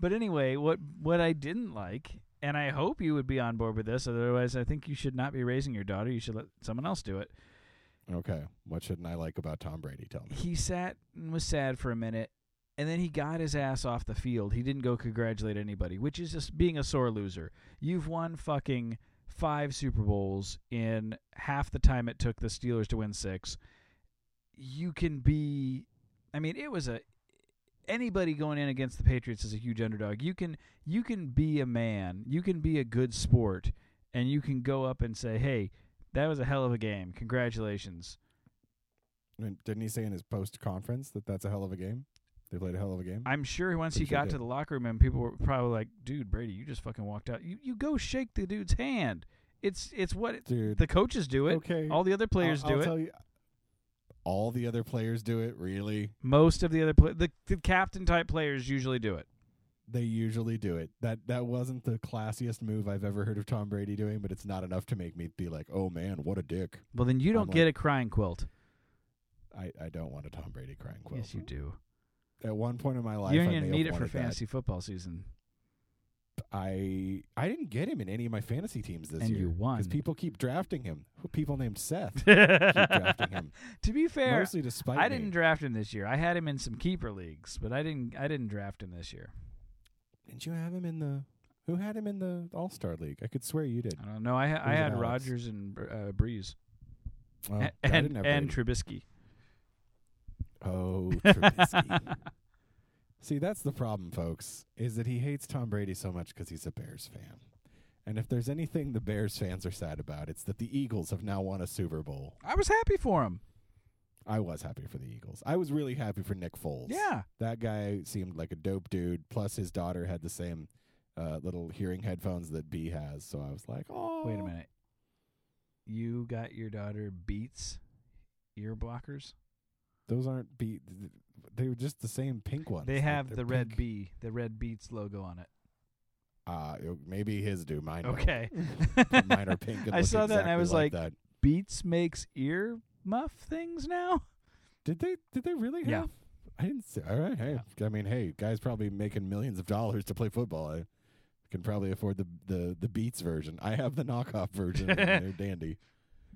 But anyway, what what I didn't like, and I hope you would be on board with this, otherwise I think you should not be raising your daughter. You should let someone else do it. okay. What shouldn't I like about Tom Brady? Tell me. He sat and was sad for a minute, and then he got his ass off the field. He didn't go congratulate anybody, which is just being a sore loser. You've won fucking five Super Bowls in half the time it took the Steelers to win six. You can be I mean, it was a anybody going in against the Patriots is a huge underdog. You can you can be a man, you can be a good sport, and you can go up and say, "Hey, that was a hell of a game. Congratulations." I mean, didn't he say in his post conference that that's a hell of a game? They played a hell of a game. I'm sure once he Pretty sure got they to did. the locker room and people were probably like, "Dude, Brady, you just fucking walked out. You you go shake the dude's hand. It's it's what Dude, the coaches do it. okay. All the other players I'll, do I'll it. Tell you, all the other players do it. Really, Most of the other pla the, the captain type players usually do it. they usually do it. That that wasn't the classiest move I've ever heard of Tom Brady doing, but it's not enough to make me be like, "Oh man, what a dick." Well, then you don't like- get a crying quilt. I, I don't want a Tom Brady crying quilt. Yes, you do. At one point in my life, You're I gonna may need have it for wanted that. fantasy football season. I I didn't get him in any of my fantasy teams this And year. you won. because people keep drafting him. People named Seth keep drafting to him, be fair, mostly to spite I me. didn't draft him this year. I had him in some keeper leagues, but I didn't I didn't draft him this year. Didn't you have him in the? Who had him in the All Star League? I could swear you did. I don't know. I ha- Who's I it, had Alex? Rodgers and uh, Breeze Oh, A- I and didn't have and Brady. Trubisky. oh, Trubisky. See, that's the problem, folks, is that he hates Tom Brady so much because he's a Bears fan. And if there's anything the Bears fans are sad about, it's that the Eagles have now won a Super Bowl. I was happy for him. I was happy for the Eagles. I was really happy for Nick Foles. Yeah. That guy seemed like a dope dude. Plus, his daughter had the same uh, little hearing headphones that B has. So I was like, oh. Wait a minute. You got your daughter Beats ear blockers? Those aren't B. They were just the same pink ones. They Like, have they're the red pink. B, the red Beats logo on it. Uh, maybe his do. Mine don't. Okay. But mine are pink. And I look saw that and I exactly was like, like, that. Beats makes ear muff things now? Did they? Did they really? Yeah. Have? I didn't see. All right. Hey, I mean, hey, guys, probably making millions of dollars to play football. I can probably afford the the the Beats version. I have the knockoff version. and they're dandy.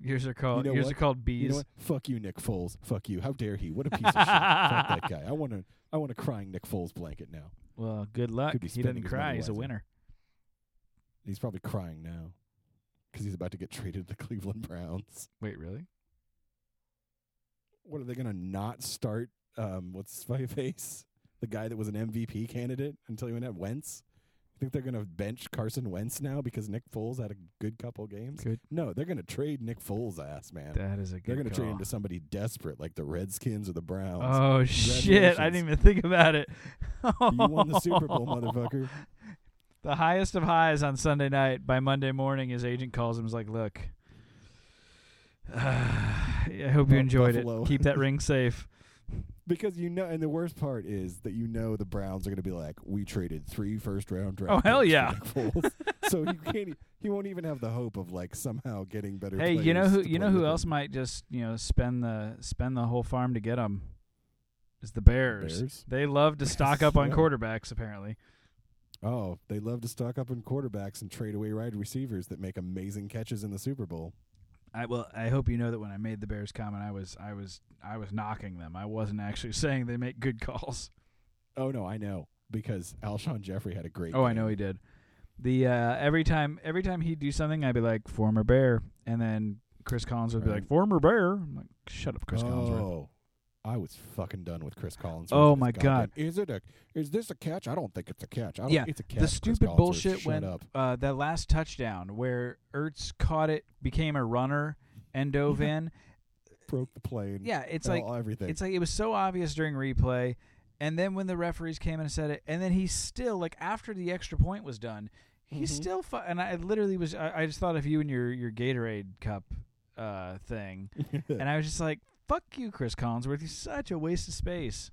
Yours are called know yours what? are called bees. You know what? Fuck you, Nick Foles. Fuck you. How dare he? What a piece of shit. Fuck that guy. I want to. I want a crying Nick Foles blanket now. Well, good luck. Could be He spending doesn't his cry. money He's a wisely. winner. He's probably crying now because he's about to get traded to the Cleveland Browns. Wait, really? What are they gonna not start? Um, what's my face? The guy that was an MVP candidate until he went at Wentz. You think they're gonna bench Carson Wentz now because Nick Foles had a good couple games? Good. No, they're gonna trade Nick Foles' ass, man. That is a good they're gonna call. trade him to somebody desperate like the Redskins or the Browns. Oh shit! I didn't even think about it. you you won the Super Bowl, motherfucker. The highest of highs on Sunday night. By Monday morning, his agent calls him. and is like, "Look, I hope you Buff- enjoyed Buffalo." it. Keep that ring safe." Because you know, and the worst part is that you know the Browns are going to be like, we traded three first round draft. Oh, hell picks for yeah. Nick Foles." so he can't. e- He won't even have the hope of like somehow getting better. hey, you know players who? to You play know who with else him. might just you know spend the spend the whole farm to get him? Is the Bears. Bears? They love to stock up on Yeah. quarterbacks. Apparently, Oh, they love to stock up on quarterbacks and trade away wide receivers that make amazing catches in the Super Bowl. I well, I hope you know that when I made the Bears comment, I was I was I was knocking them. I wasn't actually saying they make good calls. Oh no, I know because Alshon Jeffrey had a great. Oh, I know game. he did. The uh, every time every time he'd do something, I'd be like former bear, and then Chris Collins would be Right. like former bear. I'm like, shut up, Chris oh, Collinsworth. I was fucking done with Chris Collins. Oh, my God. Is it a? Is this a catch? I don't think it's a catch. I don't, Yeah, it's a catch. The Chris stupid Collinsworth, bullshit shut when up. uh, that last touchdown where Ertz caught it, became a runner, and dove in. broke the plane. Yeah, it's and like all- everything. it's like it was so obvious during replay, and then when the referees came and said it, and then he still like after the extra point was done, he Mhm. still fu- and I literally was I, I just thought of you and your your Gatorade cup uh, thing. and I was just like, "Fuck you, Chris Collinsworth. He's such a waste of space."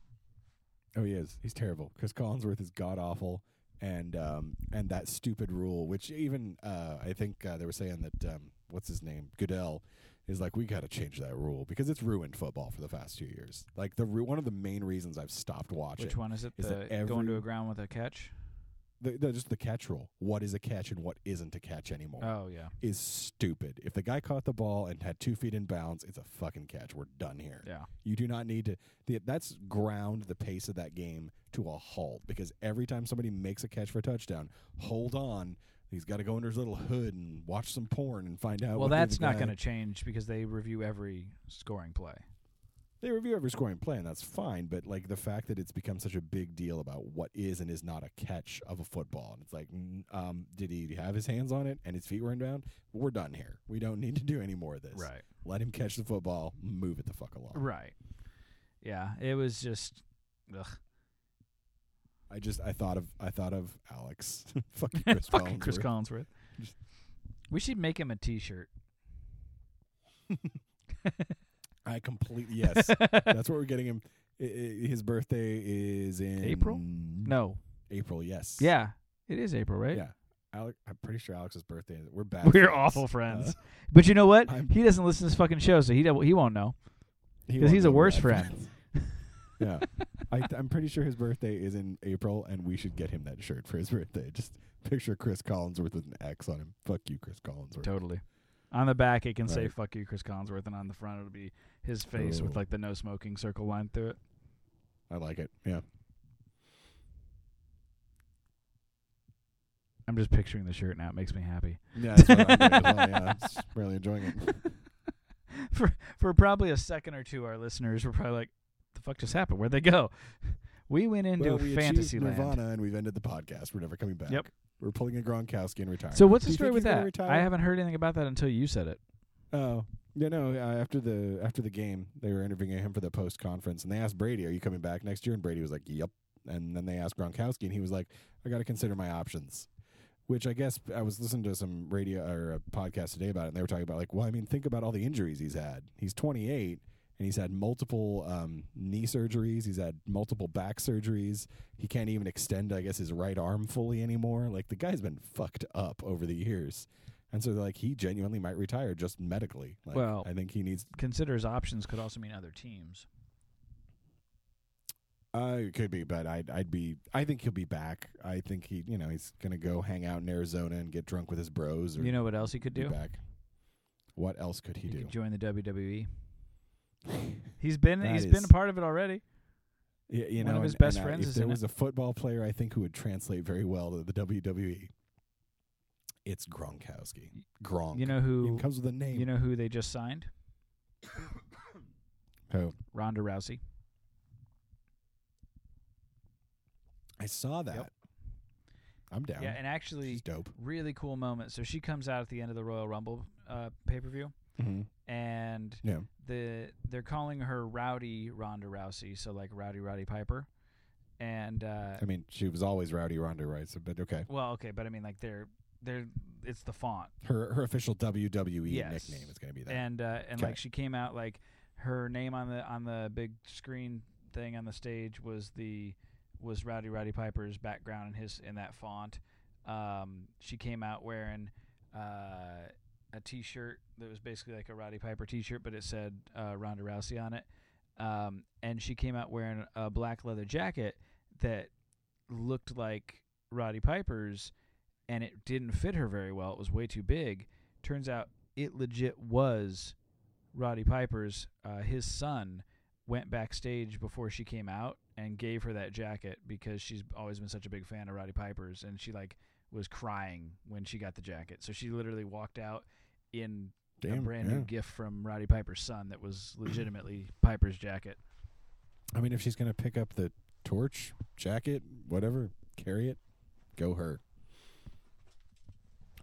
oh, he is. He's terrible. Chris Collinsworth is god awful, and um, and that stupid rule, which even uh, I think uh, they were saying that um, what's his name Goodell is like, we got to change that rule because it's ruined football for the past two years. Like the ru- one of the main reasons I've stopped watching. Which one is it? e- Is the that every- going to a ground with a catch? The, the, just the catch rule. What is a catch and what isn't a catch anymore Oh yeah, is stupid. If the guy caught the ball and had two feet in bounds, it's a fucking catch. We're done here. yeah. You do not need to. The, that's ground the pace of that game to a halt because every time somebody makes a catch for a touchdown, hold on. He's got to go under his little hood and watch some porn and find out. well, that's not going going to change because they review every scoring play. They review every scoring play, and that's fine. But like the fact that it's become such a big deal about what is and is not a catch of a football, and it's like, mm, um, did he have his hands on it and his feet were in bound? We're done here. We don't need to do any more of this. Let him catch the football. Move it the fuck along. right. Yeah, it was just, ugh. I just I thought of I thought of Alex. Fucking Chris Fucking Chris Collinsworth. Collinsworth. Just- We should make him a T-shirt. I completely yes. That's what we're getting him. I- I- his birthday is in April? no. April. Yes. Yeah, it is April, right? Mm. Yeah. Alec, I'm pretty sure Alex's birthday. Is, we're bad. We're friends. awful friends. Uh, but you know what? I'm- he doesn't listen to this fucking show, so he don't- he won't know. he 'Cause won't he's a know we're worse bad friend. friends. yeah. I, I'm pretty sure his birthday is in April, and we should get him that shirt for his birthday. Just picture Chris Collinsworth with an X on him. Fuck you, Chris Collinsworth. Totally. On the back, it can say Right. "fuck you, Chris Collinsworth," and on the front, it'll be his face with Oh. like the no smoking circle line through it. I like it. Yeah. I'm just picturing the shirt now; it makes me happy. Yeah. That's what I'm doing as well. Yeah. I'm s- really enjoying it. for for probably a second or two, our listeners were probably like, "The fuck just happened? Where'd they go?" We went into well, a we fantasy achieved land. Nirvana, and we've ended the podcast. We're never coming back. Yep. We're pulling a Gronkowski and retiring. So what's Do the you story think with he's gonna that? retire? I haven't heard anything about that until you said it. Oh no, no. Uh, after the after the game, they were interviewing him for the post conference, and they asked Brady, "Are you coming back next year?" And Brady was like, "Yep." And then they asked Gronkowski, and he was like, "I got to consider my options." Which I guess I was listening to some radio or a podcast today about it, and they were talking about like, well, I mean, think about all the injuries he's had. He's 28, and he's had multiple um, knee surgeries. He's had multiple back surgeries. He can't even extend, I guess, his right arm fully anymore. Like the guy's been fucked up over the years, and so like he genuinely might retire just medically. Like, Well- I think he needs. Consider his options could also mean other teams. Uh, it could be, but I'd I'd be. I think he'll be back. I think he, you know, he's gonna go hang out in Arizona and get drunk with his bros. Or You know what else he could be do? back. What else could he He do? could join the WWE. He's been That he's is- been a part of it already. Yeah, you One know, of his and- best and, uh, friends if is there in was a football player, I think who would translate very well to the WWE. It's Gronkowski. Gronk. You know He who even comes with a name. you know who they just signed? Who? Ronda Rousey. I saw that. I'm down. Yeah, and actually She's dope. really cool moment. So she comes out at the end of the Royal Rumble uh, pay-per-view Mm-hmm. and Yeah. the they're calling her Rowdy Ronda Rousey, so like Rowdy Roddy Piper, and uh, I mean, she was always rowdy Ronda, right? So, but okay. well, okay, but I mean like they're they're it's the font, Her her official WWE Yes. nickname is going to be that. and uh, and Okay. like she came out like her name on the on the big screen thing on the stage was the was Rowdy Roddy Piper's background in his in that font. Um, she came out wearing uh, a T-shirt that was basically like a Roddy Piper T-shirt, but it said uh, Ronda Rousey on it. Um, and she came out wearing a black leather jacket that looked like Roddy Piper's, and it didn't fit her very well. It was way too big. Turns out it legit was Roddy Piper's. Uh, his son went backstage before she came out and gave her that jacket because she's always been such a big fan of Roddy Piper's, and she like was crying when she got the jacket. So she literally walked out in a Damn. brand yeah. new gift from Roddy Piper's son that was legitimately Piper's jacket. I mean, if she's going to pick up the torch, jacket, whatever, carry it, go her.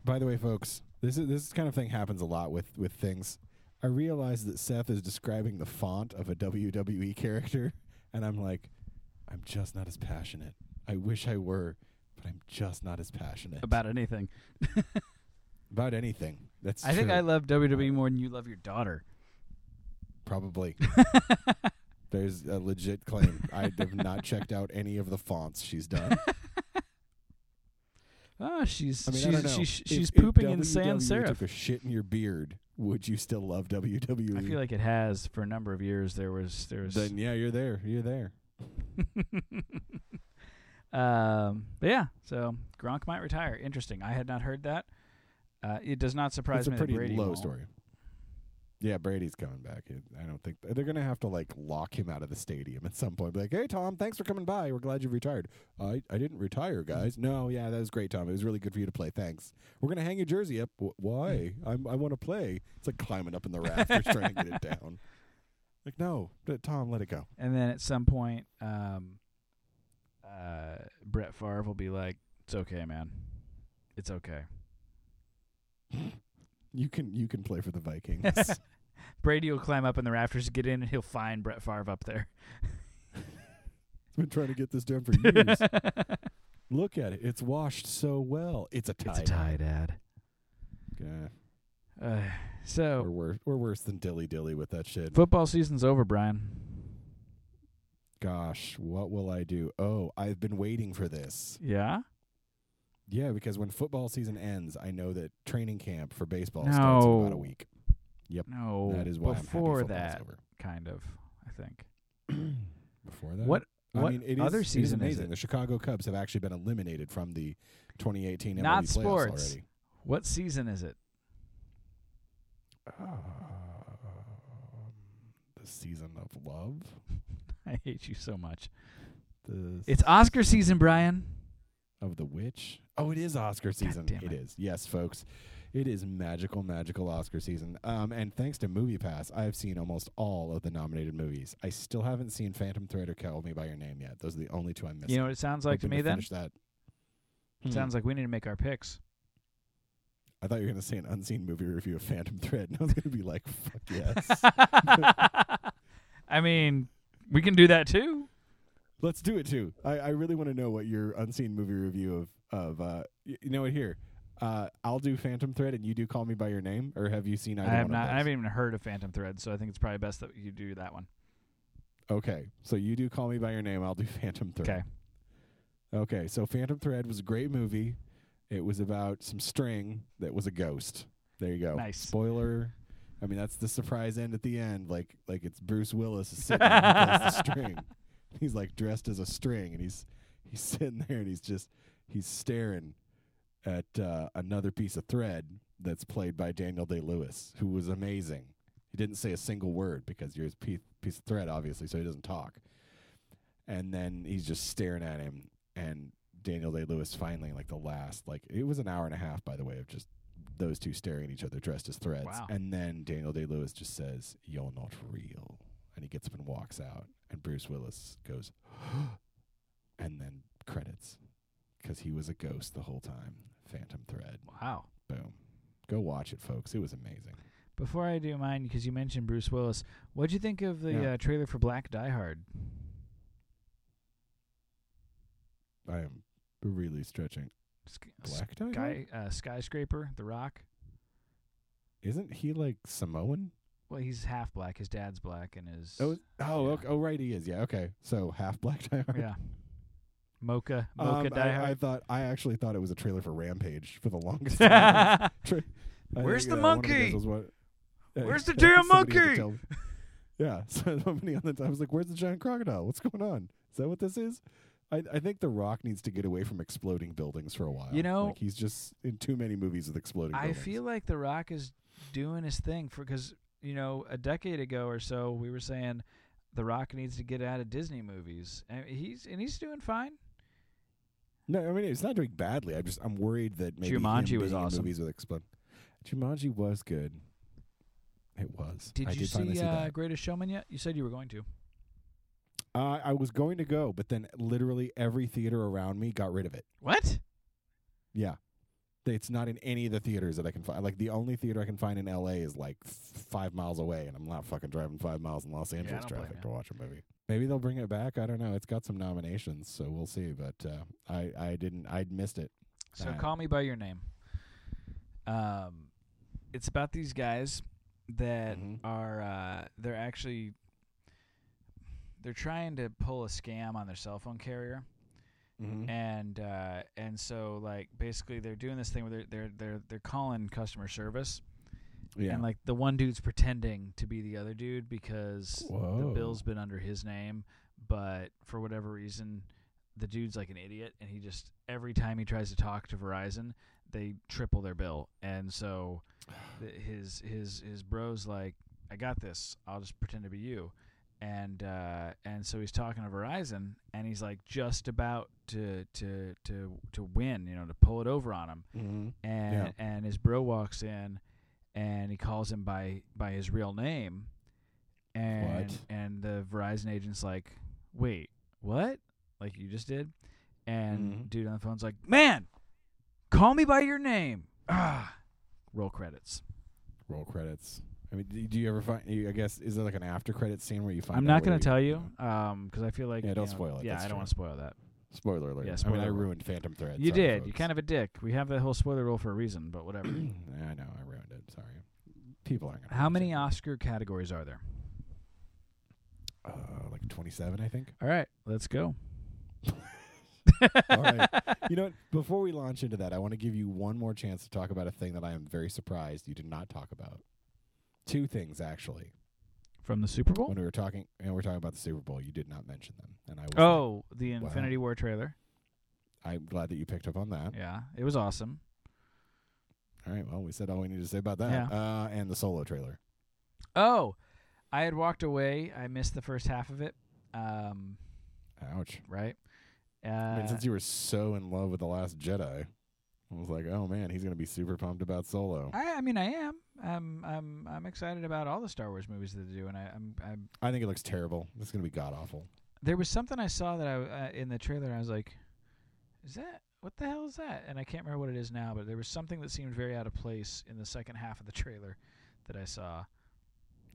By the way, folks, this is this kind of thing happens a lot with with things. I realize that Seth is describing the font of a WWE character, and I'm like, I'm just not as passionate. I wish I were, but I'm just not as passionate About anything. about anything. That's I think true. I love WWE more than you love your daughter. Probably. There's a legit claim. I have not checked out any of the fonts she's done. Ah, she's I mean, I don't know. she's she's, If- she's if pooping in WWE sans serif. Took a shit in your beard. Would you still love WWE? I feel like it has for a number of years. There was there was. then yeah, you're there. You're there. um, but yeah, so Gronk might retire. Interesting. I had not heard that. Uh, it does not surprise It's a me. that pretty Brady low won't. story. Yeah, Brady's coming back. It- I don't think they're gonna have to like lock him out of the stadium at some point. Be like, hey Tom, thanks for coming by. We're glad you retired. I I didn't retire, guys. No, yeah, that was great, Tom. It was really good for you to play. Thanks. We're gonna hang your jersey up. Wh- why? I'm, I want to play. It's like climbing up in the rafters trying to get it down. Like no, d- Tom, let it go. And then at some point, um, uh, Brett Favre will be like, "It's okay, man. It's okay." You can you can play for the Vikings. Brady will climb up in the rafters, get in, and he'll find Brett Favre up there. I've been trying to get this done for years. Look at it. It's washed so well. It's a tie. it's a Tide ad. Okay. Uh, We're, so worse, we're worse than dilly dilly with that shit. football season's over, Brian. Gosh, what will I do? Oh, I've been waiting for this. Yeah. Yeah, because when football season ends, I know that training camp for baseball starts in about No. a week. No. that is why before I'm happy football's that, over. kind of. I think. Before that, What? I what mean, it is- other it is season is amazing. it? The Chicago Cubs have actually been eliminated from the 2018 MLB Not playoffs sports. already. What season is it? the season of love. I hate you so much. The It's Oscar season, Brian. of the witch. Oh, it is Oscar season. damn it it. is. Yes, folks. It is magical, magical Oscar season. Um, and thanks to Movie Pass, I've seen almost all of the nominated movies. I still haven't seen Phantom Thread or Call Me by Your Name yet. Those are the only two I missed. You know what it sounds like to me then? Finish that. It Hmm. sounds like we need to make our picks. I thought you were going to say an unseen movie review of Phantom Thread, and I was going to be like, "Fuck yes, I mean, we can do that too. let's do it too." I, I really want to know what your unseen movie review of of uh, y- you know what here. Uh, I'll do Phantom Thread, and you do Call Me by Your Name, or have you seen? I Either have one Of not. I those? haven't even heard of Phantom Thread, so I think it's probably best that you do that one. Okay, so you do Call Me by Your Name. I'll do Phantom Thread. Okay. Okay, so Phantom Thread was a great movie. It was about some string that was a ghost. There you go. Nice. Spoiler. I mean, that's the surprise end at the end. Like, like it's Bruce Willis is sitting there and he plays the string. He's like dressed as a string, and he's he's sitting there and he's just he's staring at uh, another piece of thread that's played by Daniel Day Lewis, who was amazing. He didn't say a single word because you're his piece, piece of thread, obviously, so he doesn't talk. And then he's just staring at him, and Daniel Day Lewis finally, like the last, like it was an hour and a half, by the way, of just those two staring at each other dressed as threads. Wow. And then Daniel Day Lewis just says, "You're not real," and he gets up and walks out, and Bruce Willis goes, and then credits because he was a ghost the whole time. Phantom Thread. Wow. Boom. Go watch it, folks. It was amazing. Before I do mine, because you mentioned Bruce Willis, what'd you think of the Yeah. uh, trailer for Black Die Hard? I am really stretching. Sk- Black Tie? Sky, uh, skyscraper, The Rock. Isn't he like Samoan? Well, he's half black. His dad's black, and his Oh, oh, yeah. okay. oh, right, he is. Yeah, okay. So half Black Tie. Hard. yeah, mocha, mocha Um, Die Hard. I, I thought I actually thought it was a trailer for Rampage for the longest time. Tra- I Where's think, the uh, one of those monkey? was what- Yeah, Where's the somebody damn had to monkey? tell me. Yeah, so somebody on the I was like, "Where's the giant crocodile? What's going on? Is that what this is?" I, I think The Rock needs to get away from exploding buildings for a while. You know- like he's just in too many movies with exploding. I buildings. feel like The Rock is doing his thing for because you know a decade ago or so we were saying The Rock needs to get out of Disney movies, and he's and he's doing fine. no. I mean, it's not doing badly. I just I'm worried that maybe him Jumanji being was in awesome. Movies with explode. Jumanji was good. It was. Did I you did see, finally see uh, that. Greatest Showman yet? You said you were going to. Uh, I was going to go, but then literally every theater around me got rid of it. What? Yeah. It's not in any of the theaters that I can find. Like the only theater I can find in LA is like f- five miles away, and I'm not fucking driving five miles in Los I Angeles don't blame traffic you. to watch a movie. Maybe they'll bring it back. I don't know. It's got some nominations, so we'll see. But uh, I I didn't I missed it. So Alright. call me by your name. Um, it's about these guys that Mhm. are uh, they're actually they're trying to pull a scam on their cell phone carrier. Mm-hmm. and uh, and so like basically they're doing this thing where they're they're they're they're calling customer service yeah. and like the one dude's pretending to be the other dude because the Whoa. bill's been under his name, but for whatever reason the dude's like an idiot and he just every time he tries to talk to Verizon they triple their bill and so th- his his his bro's like I got this I'll just pretend to be you and uh, and so he's talking to Verizon, and he's like just about to to to to win, you know, to pull it over on him, Mhm. and Yeah. and his bro walks in, and he calls him by by his real name, and What? and the Verizon agent's like, wait, what? Like you just did, and Mhm. dude on the phone's like, man, call me by your name. Ah, roll credits. Roll credits. I mean, do- do you ever find? You, I guess is there like an after credit scene where you find? I'm out not where going you- to tell you um, because I feel like Yeah, don't you know, spoil it, Yeah, that's I true. don't want to spoil that. Spoiler alert! Yeah, I mean, I spoiler alert. ruined Phantom Thread. you Sorry, did. You folks. kind of a dick. We have the whole spoiler rule for a reason, but whatever. Yeah, I know. I ruined it. Sorry. People aren't gonna. How watch many it. Oscar categories are there? Uh, like twenty-seven, I think. All right, let's go. All right. You know, what? before we launch into that, I want to give you one more chance to talk about a thing that I am very surprised you did not talk about. Two things actually. From the Super Bowl? When we were talking, and we are talking about the Super Bowl, you did not mention them, and I was like, Oh, the Infinity War trailer. I'm glad that you picked up on that. Yeah, it was awesome. All right. Well, we said all we need to say about that. Yeah. Uh, and the solo trailer. Oh, I had walked away. I missed the first half of it. Um, Ouch. right. Uh, I mean, since you were so in love with the Last Jedi, I was like, oh man, he's gonna be super pumped about Solo. I, I mean, I am. I'm, I'm, I'm excited about all the Star Wars movies that they do, and I, I'm, I'm I think it looks terrible. It's gonna be god awful. there was something I saw that I w- uh, in the trailer. and I was like, "Is that what the hell is that?" And I can't remember what it is now, but there was something that seemed very out of place in the second half of the trailer that I saw.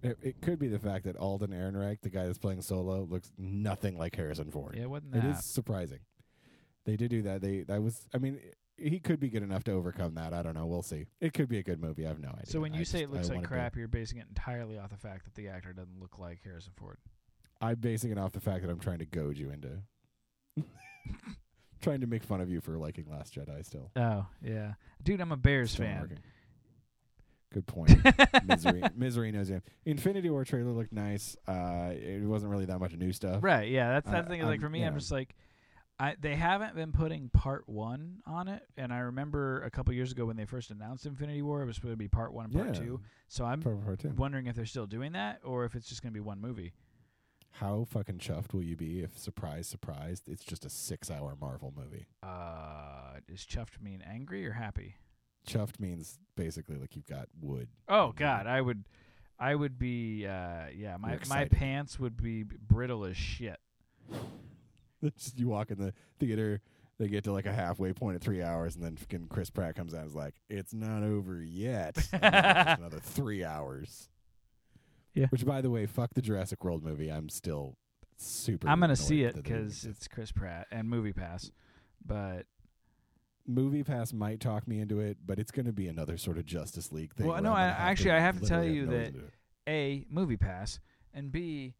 It, it could be the fact that Alden Ehrenreich, the guy that's playing Solo, looks nothing like Harrison Ford. Yeah, it wasn't It that? is surprising. They did do that. They that was. I mean, he could be good enough to overcome that. I don't know. We'll see. It could be a good movie. I have no idea. so when you I say just- it looks I like wanna be- crap, you're basing it entirely off the fact that the actor doesn't look like Harrison Ford. I'm basing it off the fact that I'm trying to goad you into trying to make fun of you for liking Last Jedi. Still, Oh yeah, dude, I'm a Bears Still not fan. working. Good point. Misery, misery knows you. Infinity War trailer looked nice. Uh, it wasn't really that much new stuff. Right? Yeah, that's I- that's the thing. I'm- Like for me, I'm yeah. just like, I they haven't been putting part one on it, and I remember a couple years ago when they first announced Infinity War, it was supposed to be part one and part Yeah. two. So I'm Part- part two. wondering if they're still doing that or if it's just going to be one movie. How fucking chuffed will you be if surprise, surprise, it's just a six-hour Marvel movie? Uh, is chuffed mean angry or happy? Chuffed means basically like you've got wood. Oh God, I would, I would be. Uh, yeah, You're my my excited. pants would be brittle as shit. It's just you walk in the theater, they get to like a halfway point at three hours, and then fucking Chris Pratt comes out and is like, "It's not over yet." And then it's just another three hours. Yeah. Which, by the way, fuck the Jurassic World movie. I'm still super. I'm gonna annoyed see it that they didn't because do it's Chris Pratt and Movie Pass. But Movie Pass might talk me into it, but it's going to be another sort of Justice League thing. Well, where no, I'm gonna I- actually, I have to tell literally you no that- reason to do it. a Movie Pass and B,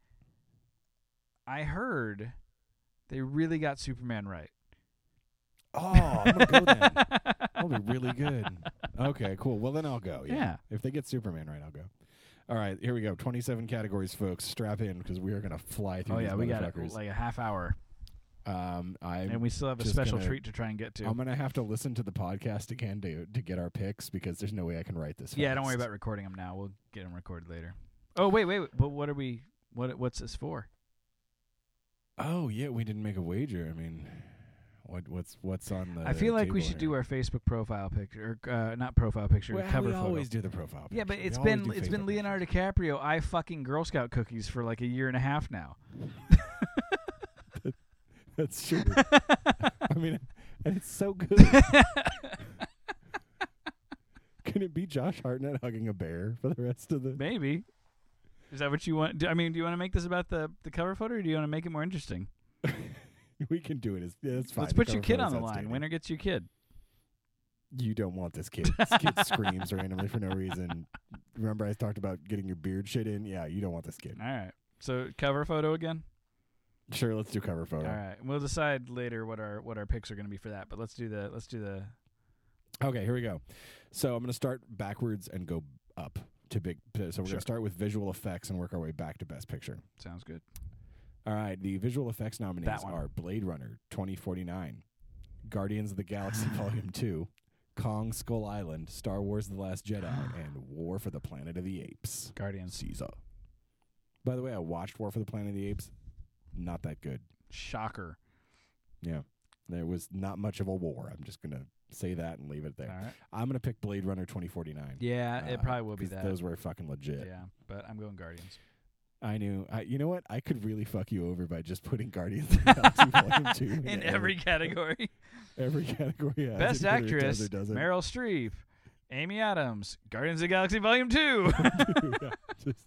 I heard they really got Superman right. Oh, I'm gonna go then. That'll be really good. Okay, cool. Well, then I'll go. Yeah. Yeah. If they get Superman right, I'll go. All right, here we go. 27 categories, folks. Strap in because we are going to fly through Oh these yeah, we got uh, motherfuckers. like a half hour, um, and I'm, we still have a just special gonna- treat to try and get to. I'm going to have to listen to the podcast again to, to get our picks because there's no way I can write this. Yeah, don't worry fast. about recording them now. We'll get them recorded later. Oh wait, wait, wait. But what are we? What what's this for? Oh, yeah, we didn't make a wager. I mean, what what's what's on the. I feel like we should do our Facebook profile picture, or uh, not profile picture, well, cover we photo. always do the profile. yeah, but picture. We it's always been do it's Facebook been pictures. Leonardo DiCaprio. I fucking Girl Scout cookies for like a year and a half now. That's true. I mean, and it's so good. Can it be Josh Hartnett hugging a bear for the rest of the? Maybe. Is that what you want? Do, I mean, do you want to make this about the the cover photo, or do you want to make it more interesting? We can do it. It's, yeah, it's fine. Let's put The your cover kid on photo's the line. outstanding. Winner gets your kid. You don't want this kid. This kid screams randomly for no reason. Remember, I talked about getting your beard shit in. Yeah, you don't want this kid. All right. So cover photo again. Sure, let's do cover photo. All right. We'll decide later what our what our picks are going to be for that. But let's do the let's do the Okay, here we go. So I'm going to start backwards and go up to big. So we're going Sure. to start with visual effects and work our way back to best picture. sounds good. All right, the visual effects nominees one. are Blade Runner 2049, Guardians of the Galaxy Volume 2, Kong Skull Island, Star Wars The Last Jedi, and War for the Planet of the Apes. Guardians. Caesar. By the way, I watched War for the Planet of the Apes. Not that good. Shocker. Yeah. There was not much of a war. I'm just going to say that and leave it All there. right. I'm going to pick Blade Runner 2049. Yeah, it uh, probably will be 'cause that. Those were fucking legit. yeah, but I'm going Guardians. I knew. I, you know what? I could really fuck you over by just putting Guardians of the Galaxy Volume 2 in, every category. every category. Yeah, Best it either does actress, or doesn't. Meryl Streep. Amy Adams, Guardians of the Galaxy Volume Two. Yeah, just-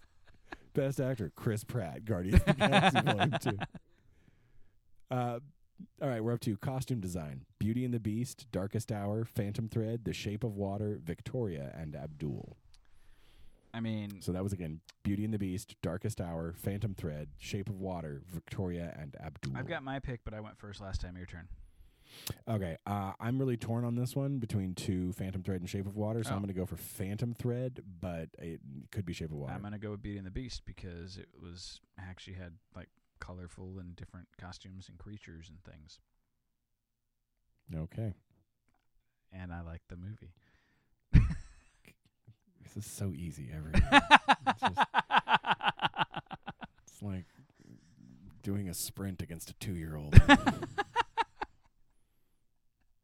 best actor, Chris Pratt, Guardians of the Galaxy Volume Two. Uh, all right, we're up to costume design: Beauty and the Beast, Darkest Hour, Phantom Thread, The Shape of Water, Victoria, and Abdul. I mean, So that was again Beauty and the Beast, Darkest Hour, Phantom Thread, Shape of Water, Victoria, and Abdul. I've got my pick, but I went first last time. Your turn. Okay, uh, I'm really torn on this one between two Phantom Thread and Shape of Water, so Oh. I'm going to go for Phantom Thread, but it could be Shape of Water. I'm gonna go with Beauty and the Beast because it was actually had like colorful and different costumes and creatures and things, okay, and I liked the movie. this is so easy every. time. just- it's like doing a sprint against a two-year-old,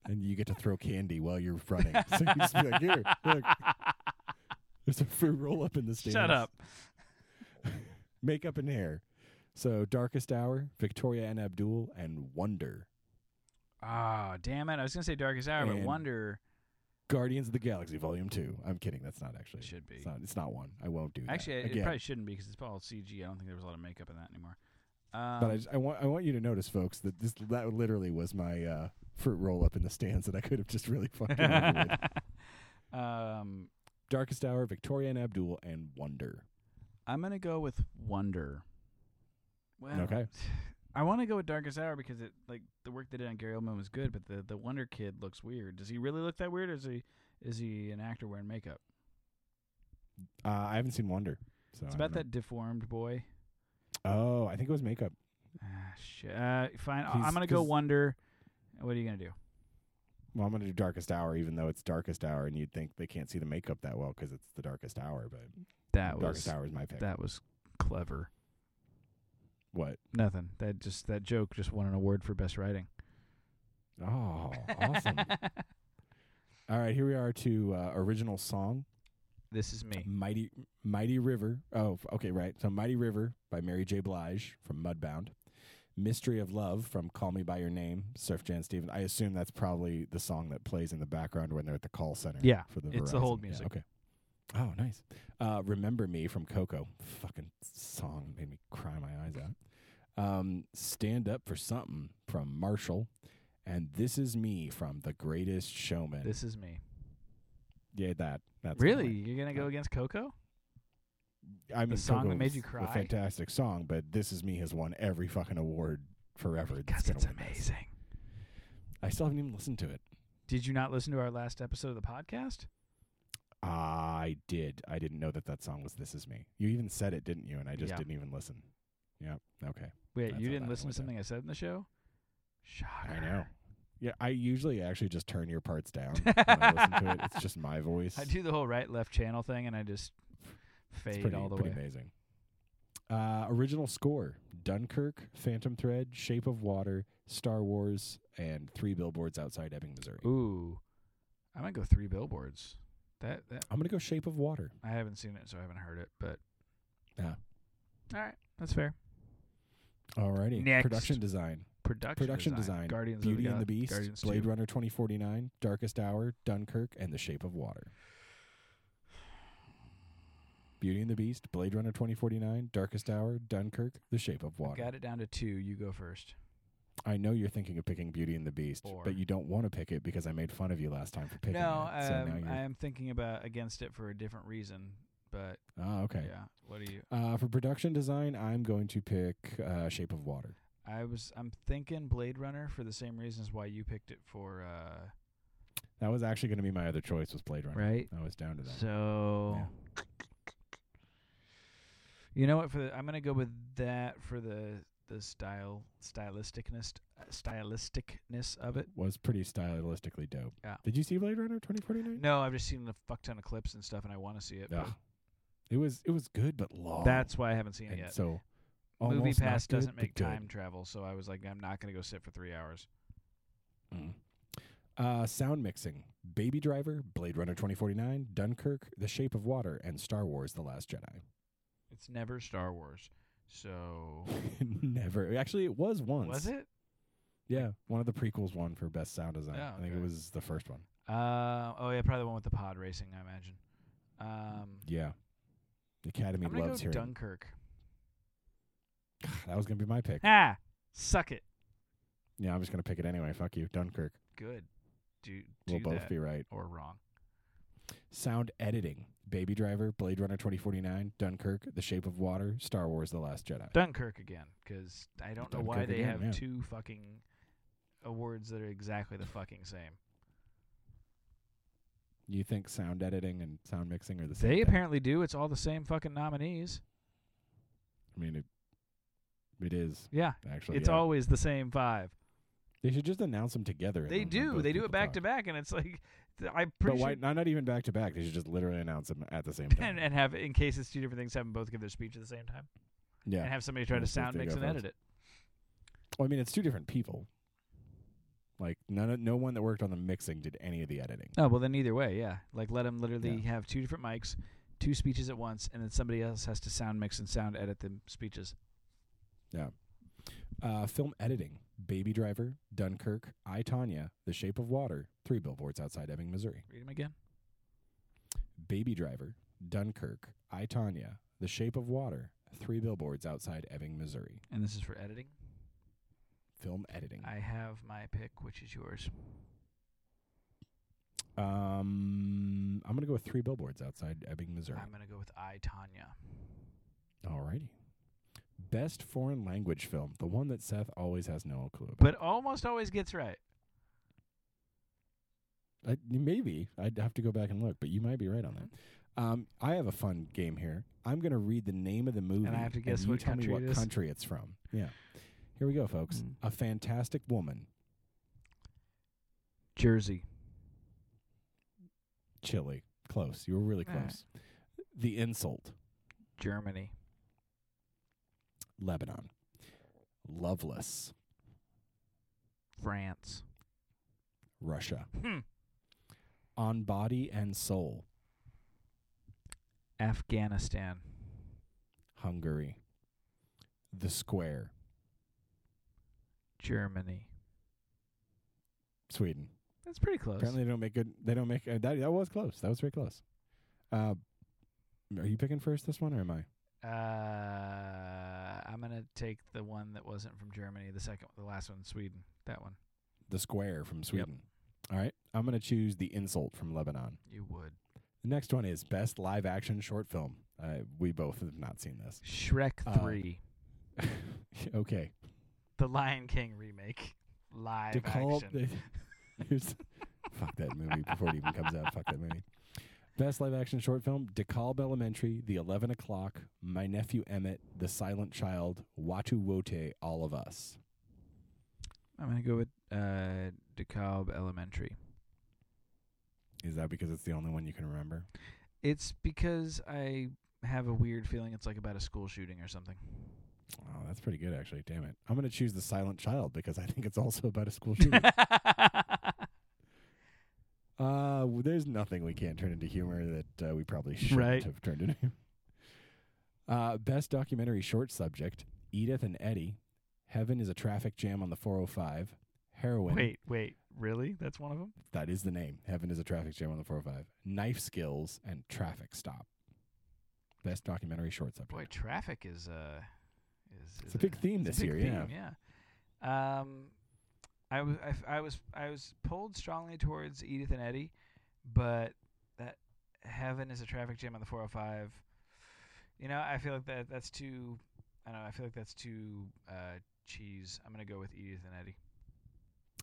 and you get to throw candy while you're running. so you just be like, "Here, look, there's a fruit roll-up in the stands." Shut up. Makeup and hair. So, Darkest Hour, Victoria and Abdul, and Wonder. Ah, damn it! I was gonna say Darkest Hour, but And- Wonder Guardians of the Galaxy Volume Two. I'm kidding. That's not actually. should be. It's not, it's not one. I won't do that. Actually, it Again, probably shouldn't be because it's all CG. I don't think there was a lot of makeup in that anymore. Um, but I, just, I want I want you to notice, folks, that this that literally was my uh, fruit roll up in the stands that I could have just really fucking. over with. um, Darkest Hour, Victoria and Abdul, and Wonder. I'm gonna go with Wonder. Well, Okay. I want to go with Darkest Hour because it like the work they did on Gary Oldman was good, but the the Wonder Kid looks weird. Does he really look that weird? Or is he is he an actor wearing makeup? Uh, I haven't seen Wonder. So It's I about don't that deformed boy. know. Oh, I think it was makeup. Ah, shit. Uh, fine. I- He's- I'm gonna go 'cause- Wonder. What are you gonna do? Well, I'm gonna do Darkest Hour, even though it's Darkest Hour, and you'd think they can't see the makeup that well because it's the Darkest Hour. But That was Darkest Hour is my pick. that was clever. what? Nothing. That just that joke just won an award for best writing. Oh, awesome! All right, here we are to uh, original song. this is me. Mighty Mighty River. Oh, f- okay, right. So Mighty River by Mary J. Blige from Mudbound. Mystery of Love from Call Me by Your Name, Surf Jan Stevens. I assume that's probably the song that plays in the background when they're at the call center. Yeah, for the it's the Verizon. hold Yeah, music. okay. Oh, nice. Uh, Remember Me from Coco. Fucking song made me cry my eyes out. Um, Stand Up for Something from Marshall, and This Is Me from The Greatest Showman. This is me. yeah, that that's mine. really? You're gonna go against Coco? I mean, song that Coco made was you A cry? fantastic song, but "This Is Me" has won every fucking award forever. that's Because gonna it's win this. amazing. I still haven't even listened to it. Did you not listen to our last episode of the podcast? I did. I didn't know that that song was "This Is Me." You even said it, didn't you? And I just Yeah. didn't even listen. Yep. Okay. Wait, That's you all didn't that listen to was it. something I said in the show? Shocker. I know. Yeah. I usually actually just turn your parts down when I listen to it. It's just my voice. I do the whole right left channel thing and I just It's fade pretty, all the way. pretty amazing. Uh, original score: Dunkirk, Phantom Thread, Shape of Water, Star Wars, and Three Billboards Outside Ebbing, Missouri. Ooh. I'm gonna go three billboards. That that I'm gonna go Shape of Water. I haven't seen it, so I haven't heard it, but Yeah. all right. That's fair. Alrighty. Next. Production design. Production, Production design. Guardians of Beauty the and the Gal- Beast. Guardians Blade 2. Runner 2049. Darkest Hour. Dunkirk. And The Shape of Water. Beauty and the Beast. Blade Runner 2049. Darkest Hour. Dunkirk. The Shape of Water. Got it down to two. You go first. I know you're thinking of picking Beauty and the Beast, Four. but you don't want to pick it because I made fun of you last time for picking no, it. so now um, you're, I am thinking about against it for a different reason, but oh, okay. yeah. What do you? Uh, for production design, I'm going to pick uh, Shape of Water. I was I'm thinking Blade Runner for the same reasons why you picked it for uh That was actually going to be my other choice was Blade Runner. right. I was down to that. So You know what for the I'm going to go with that for the the style stylisticness stylisticness of it. was pretty stylistically dope. Yeah. Did you see Blade Runner 2049? No, I've just seen a fuck ton of clips and stuff and I want to see it. but Ugh. It was it was good but long. That's why I haven't seen and it yet. so Movie almost not Pass good, doesn't but make good. time travel, so I was like I'm not going to go sit for 3 hours. Mm. Uh, sound mixing: Baby Driver, Blade Runner 2049, Dunkirk, The Shape of Water, and Star Wars: The Last Jedi. It's never Star Wars. So Never actually, it was once. was it? Yeah, one of the prequels won for best sound design. Oh, I think okay. it was the first one. Uh, oh yeah, probably the one with the pod racing. I imagine. Um, Yeah, the Academy I'm gonna loves go hearing. Dunkirk. That was gonna be my pick. Ah, suck it. yeah, I'm just gonna pick it anyway. Fuck you, Dunkirk. Good. Do do We'll both that be right. or wrong. Sound editing: Baby Driver, Blade Runner 2049, Dunkirk, The Shape of Water, Star Wars: The Last Jedi. Dunkirk again, because I don't know why Dunkirk they again, have yeah. two fucking awards that are exactly the fucking same. you think sound editing and sound mixing are the same? They thing? apparently do. It's all the same fucking nominees. I mean, it, it is Yeah, actually. it's yeah. always the same five. They should just announce them together. and then They let do. both They do people it back talk. to back, and it's like th- I'm But pretty why? sure. Not, not even back to back. They should just literally announce them at the same time. And, and have in case it's two different things, have them both give their speech at the same time, yeah. and have somebody try Yeah, to it's supposed sound to mix go and edit first. it. Well, I mean, it's two different people. Like none, of, no one that worked on the mixing did any of the editing. Oh well, then either way, yeah. Like let them literally have two different mics, two speeches at once, and then somebody else has to sound mix and sound edit the speeches. Uh, film editing: Baby Driver, Dunkirk, I Tanya, The Shape of Water, Three Billboards Outside Ebbing, Missouri. Read them again. Baby Driver, Dunkirk, I Tanya, The Shape of Water, Three Billboards Outside Ebbing, Missouri. And this is for editing. Film editing. I have my pick, which is yours. Um, I'm gonna go with Three Billboards Outside Ebbing, Missouri. I'm gonna go with I Tanya. Alrighty. Best foreign language film, the one that Seth always has no clue about. But almost always gets right. I, maybe I'd have to go back and look, but you might be right on that. Uh-huh. Um, I have a fun game here. I'm going to read the name of the movie, have to guess you what tell country me what it is? country it's from. Yeah, here we go, folks. Mm. A Fantastic Woman, Jersey. Chile, close. You were really All right. close. The Insult, Germany. Lebanon, Loveless, France. Russia, Hmm. On Body and Soul, Afghanistan. Hungary, The Square, Germany. Sweden. That's pretty close. Apparently, they don't make good. They don't make uh, that. That was close. That was very close. Uh, are you picking first this one, or am I? Uh, I'm gonna take the one that wasn't from Germany. The second, the last one, Sweden. That one. The square from Sweden. All right, I'm gonna choose the insult from Lebanon. You would. The next one is best live action short film. Uh, we both have not seen this. Shrek Uh, Three, okay, the Lion King remake, live to call action. the, here's, fuck that movie before it even comes out. Fuck that movie. Best live action short film: DeKalb Elementary, The Eleven O'clock, My Nephew Emmett, The Silent Child, Watu Wote, All of Us. I'm gonna go with uh, DeKalb Elementary. Is that because it's the only one you can remember? It's because I have a weird feeling it's like about a school shooting or something. Oh, that's pretty good, actually. Damn it. I'm going to choose The Silent Child because I think it's also about a school shooting. uh, w- there's nothing we can't turn into humor that uh, we probably shouldn't Right. have turned into. Uh, best documentary short subject Edith and Eddie, Heaven is a Traffic Jam on the 405, Heroin. wait, wait, really? That's one of them. That is the name. Heaven is a Traffic Jam on the 405, Knife Skills, and Traffic Stop. Best documentary short subject. Boy, traffic is uh, is, It's is a big theme it's this a year, big yeah. theme, yeah. Um, I was I, f- I was I was pulled strongly towards Edith and Eddie, but that heaven is a traffic jam on the 405. You know, I feel like that that's too. I don't know. I feel like that's too uh, cheese. I'm gonna go with Edith and Eddie.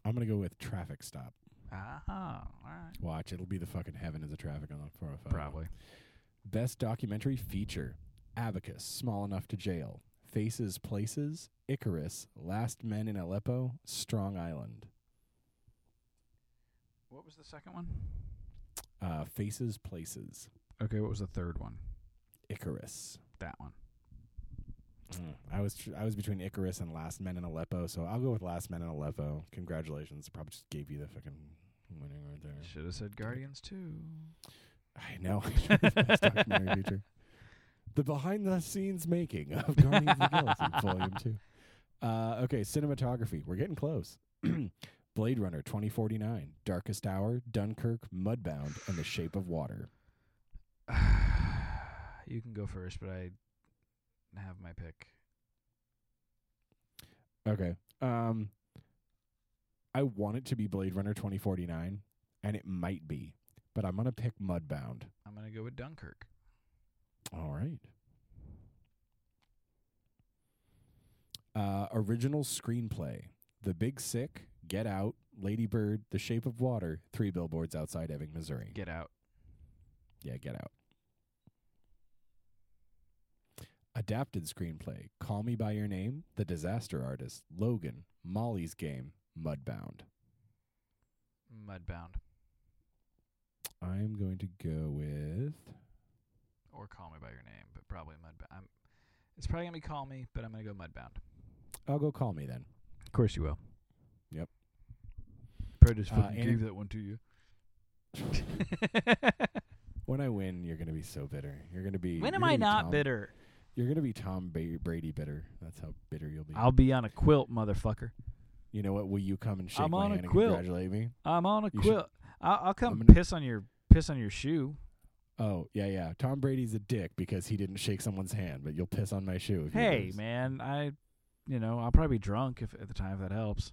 I'm going to go with Traffic Stop. Ah, uh-huh. all right. Watch, it'll be the fucking heaven is a traffic on the 405. Probably. Best documentary feature Abacus, Small Enough to Jail, Faces, Places, Icarus, Last Men in Aleppo, Strong Island. What was the second one? Uh, Faces, Places, Okay, what was the third one? Icarus. Mm, That one. I was tr- I was between Icarus and Last Men in Aleppo, so I'll go with Last Men in Aleppo. Congratulations, probably just gave you the fucking winning right there. Should have said Guardians too. I know. Best documentary feature. The behind the scenes making of Guardians of the Galaxy Volume 2. Uh, okay, cinematography. We're getting close. Blade Runner 2049, Darkest Hour, Dunkirk, Mudbound, and The Shape of Water. you can go first, but I have my pick. Okay. Um I want it to be Blade Runner 2049 and it might be, but I'm going to pick Mudbound. I'm gonna go with Dunkirk. All right. Uh, original screenplay: The Big Sick, Get Out, Lady Bird, The Shape of Water, Three Billboards Outside Ebbing, Missouri. Get out. yeah, Get Out. Adapted screenplay: Call Me by Your Name, The Disaster Artist, Logan, Molly's Game, Mudbound. Mudbound I'm going to go with or Call Me by Your Name, but probably Mudbound. I'm, it's probably gonna be Call Me, but I'm gonna go Mudbound. I'll go Call Me then. Of course you will. Yep. Predators Uh, fucking and- gave that one to you. When I win, you're going to be so bitter. You're going to be. when you're am gonna I be not Tom- bitter? You're gonna be Tom ba- Brady bitter. That's how bitter you'll be. I'll be on a quilt, motherfucker. you know what? Will you come and shake I'm my on a hand and quilt. congratulate me? I'm on a You should- quilt. I'll, I'll I'm come gonna- piss on your piss on your shoe. Oh yeah, yeah. Tom Brady's a dick because he didn't shake someone's hand, but you'll piss on my shoe. If you Hey, lose. man, I, you know, I'll probably be drunk if at the time if that helps.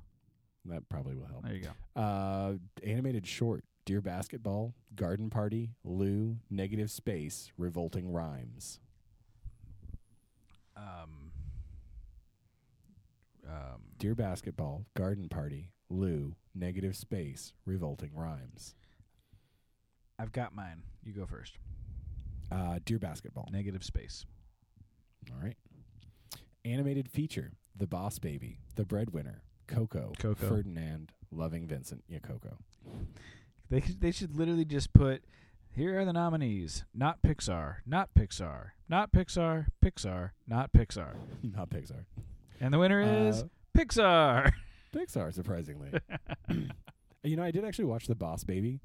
that probably will help. There you go. Uh, animated short: Dear Basketball, Garden Party, Lou, Negative Space, Revolting Rhymes. Um, um, Dear Basketball, Garden Party, Lou, Negative Space, Revolting Rhymes. I've got mine. You go first. Uh, Dear Basketball. Negative space. All right. Animated feature: The Boss Baby, The Breadwinner, Coco, Coco. Ferdinand, Loving Vincent. Yeah, Coco. They sh- they should literally just put. Here are the nominees. Not Pixar. Not Pixar. Not Pixar. Pixar. Not Pixar. Not Pixar. And the winner is Uh, Pixar. Uh, Pixar, surprisingly. you know, I did actually watch The Boss Baby,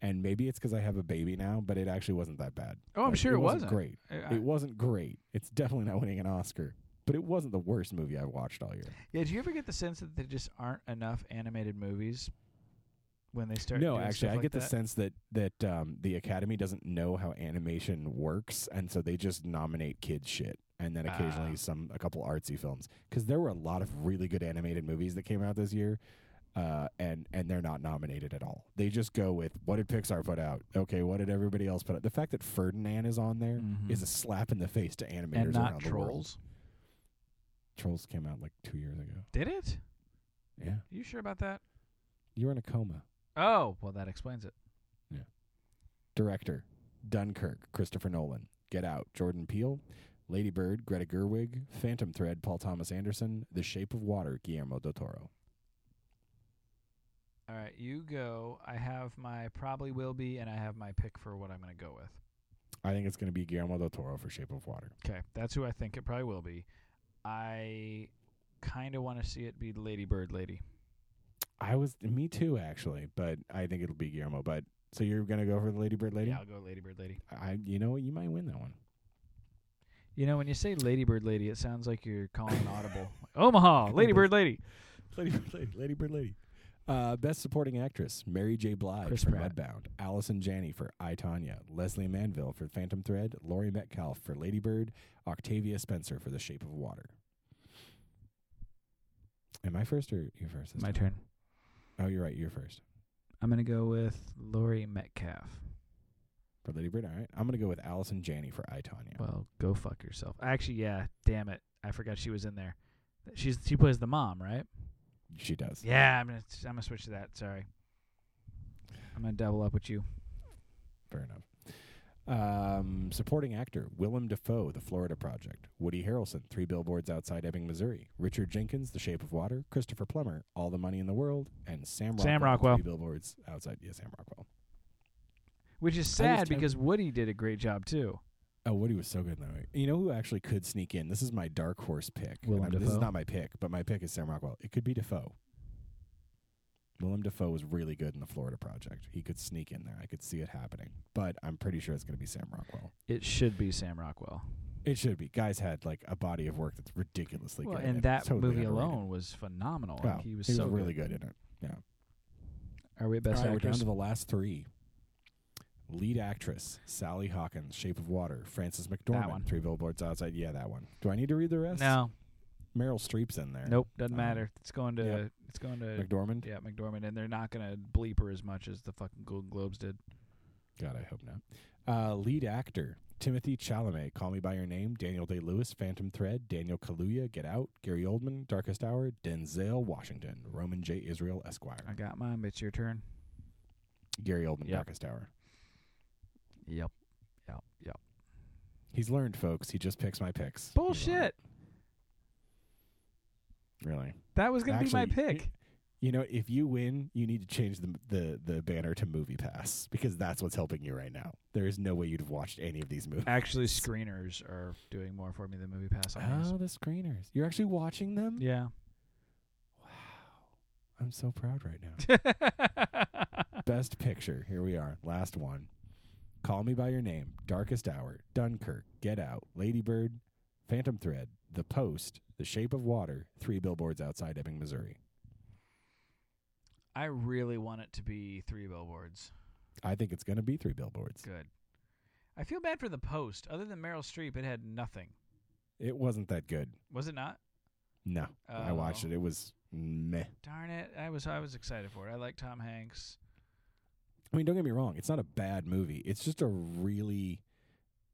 and maybe it's because I have a baby now, but it actually wasn't that bad. Oh, I'm Like, sure it, wasn't, wasn't great. I- I- It wasn't great. It's definitely not winning an Oscar, but it wasn't the worst movie I've watched all year. Yeah, do you ever get the sense that there just aren't enough animated movies when they start? no, doing actually, stuff I like get the that? sense that that um, the Academy doesn't know how animation works, and so they just nominate kids shit, and then occasionally Ah. some a couple artsy films. Because there were a lot of really good animated movies that came out this year, uh, and and they're not nominated at all. They just go with what did Pixar put out? Okay, what did everybody else put out? The fact that Ferdinand is on there is Mhm. a slap in the face to animators and not around the world. trolls. Trolls came out like two years ago. Did it? Yeah, You sure about that? you were in a coma. Oh, well, that explains it. Director Dunkirk, Christopher Nolan. Get Out, Jordan Peele. Lady Bird, Greta Gerwig. Phantom Thread, Paul Thomas Anderson. The Shape of Water, Guillermo del Toro. All right, you go. I have my probably will be, and I have my pick for what I'm going to go with. I think it's going to be Guillermo del Toro for Shape of Water. Okay, that's who I think it probably will be. I kind of want to see it be Lady Bird Lady. I was, me too, actually, but I think it'll be Guillermo. But so you're going to go for the Lady Bird Lady? Yeah, I'll go Lady Bird Lady. I, you know what? You might win that one. You know, when you say Lady Bird Lady, it sounds like you're calling an audible. Omaha, Lady Bird Lady. Lady Bird Lady, Lady Bird Lady. Uh, best supporting actress: Mary J. Blige Chris for Pratt. Mudbound, Allison Janney for I Tonya, Leslie Manville for Phantom Thread, Laurie Metcalf for Lady Bird, Octavia Spencer for The Shape of Water. Am I first or you first? this My time? turn. Oh, you're right. You're first I'm going to go with Lori Metcalf. for Lady Bird. All right, I'm gonna go with Allison Janney for I Tonya. Well, go fuck yourself. Actually, yeah, damn it. I forgot she was in there. She's she plays the mom, right? She does. Yeah, I'm gonna I'm gonna switch to that. Sorry, I'm gonna double up with you. Fair enough. Um, supporting actor Willem Dafoe, The Florida Project. Woody Harrelson, Three Billboards Outside Ebbing, Missouri. Richard Jenkins, The Shape of Water. Christopher Plummer, All the Money in the World, and Sam Rockwell. Sam Rockwell. Three Billboards Outside. Yeah, Sam Rockwell. Which is I sad just- I- because Woody did a great job too. Oh, Woody was so good in that movie. You know who actually could sneak in? This is my dark horse pick. And Willem I'm- This is Dafoe? not my pick, but my pick is Sam Rockwell. It could be Dafoe. Willem Dafoe was really good in The Florida Project. He could sneak in there. I could see it happening. But I'm pretty sure it's going to be Sam Rockwell. It should be Sam Rockwell. It should be. Guys had like a body of work that's ridiculously Well, good. and It's that totally movie underrated. alone was phenomenal. Wow, Like, he was so really good. in it. Are we at best All right, we're down actors? to the last three. Lead actress Sally Hawkins, Shape of Water, Frances McDormand, one. Three Billboards Outside. Yeah, that one. Do I need to read the rest? no, Meryl Streep's in there. nope, doesn't Um, matter. It's going to yeah. it's going to McDormand. yeah McDormand, and they're not going to bleep her as much as the fucking Golden Globes did. God, I hope not. Uh, lead actor Timothy Chalamet, Call Me by Your Name, Daniel Day Lewis, Phantom Thread, Daniel Kaluuya, Get Out, Gary Oldman, Darkest Hour, Denzel Washington, Roman J. Israel Esquire, I got mine. It's your turn. Gary Oldman, Yep. Darkest Hour. Yep, yep, yep. He's learned, folks. He just picks my picks. He's learned. Bullshit. Really. That was going to be my Actually, pick. You know, if you win, you need to change the the the banner to Movie Pass because that's what's helping you right now. There is no way you'd have watched any of these movies. Actually, screeners are doing more for me than Movie Pass. on these. Oh, the screeners! You're actually watching them. Yeah. I'm so proud right now. Best Picture. Here we are. Last one. Call Me by Your Name, Darkest Hour, Dunkirk, Get Out, Ladybird, Phantom Thread, The Post, The Shape of Water, Three Billboards Outside Ebbing, Missouri. I really want it to be three billboards. I think it's going to be Three Billboards. Good. I feel bad for the post. Other than Meryl Streep, it had nothing. It wasn't that good. Was it not? No, I watched Oh. it. It was meh. Darn it! I was I was excited for it. I like Tom Hanks. I mean, don't get me wrong. It's not a bad movie. It's just a really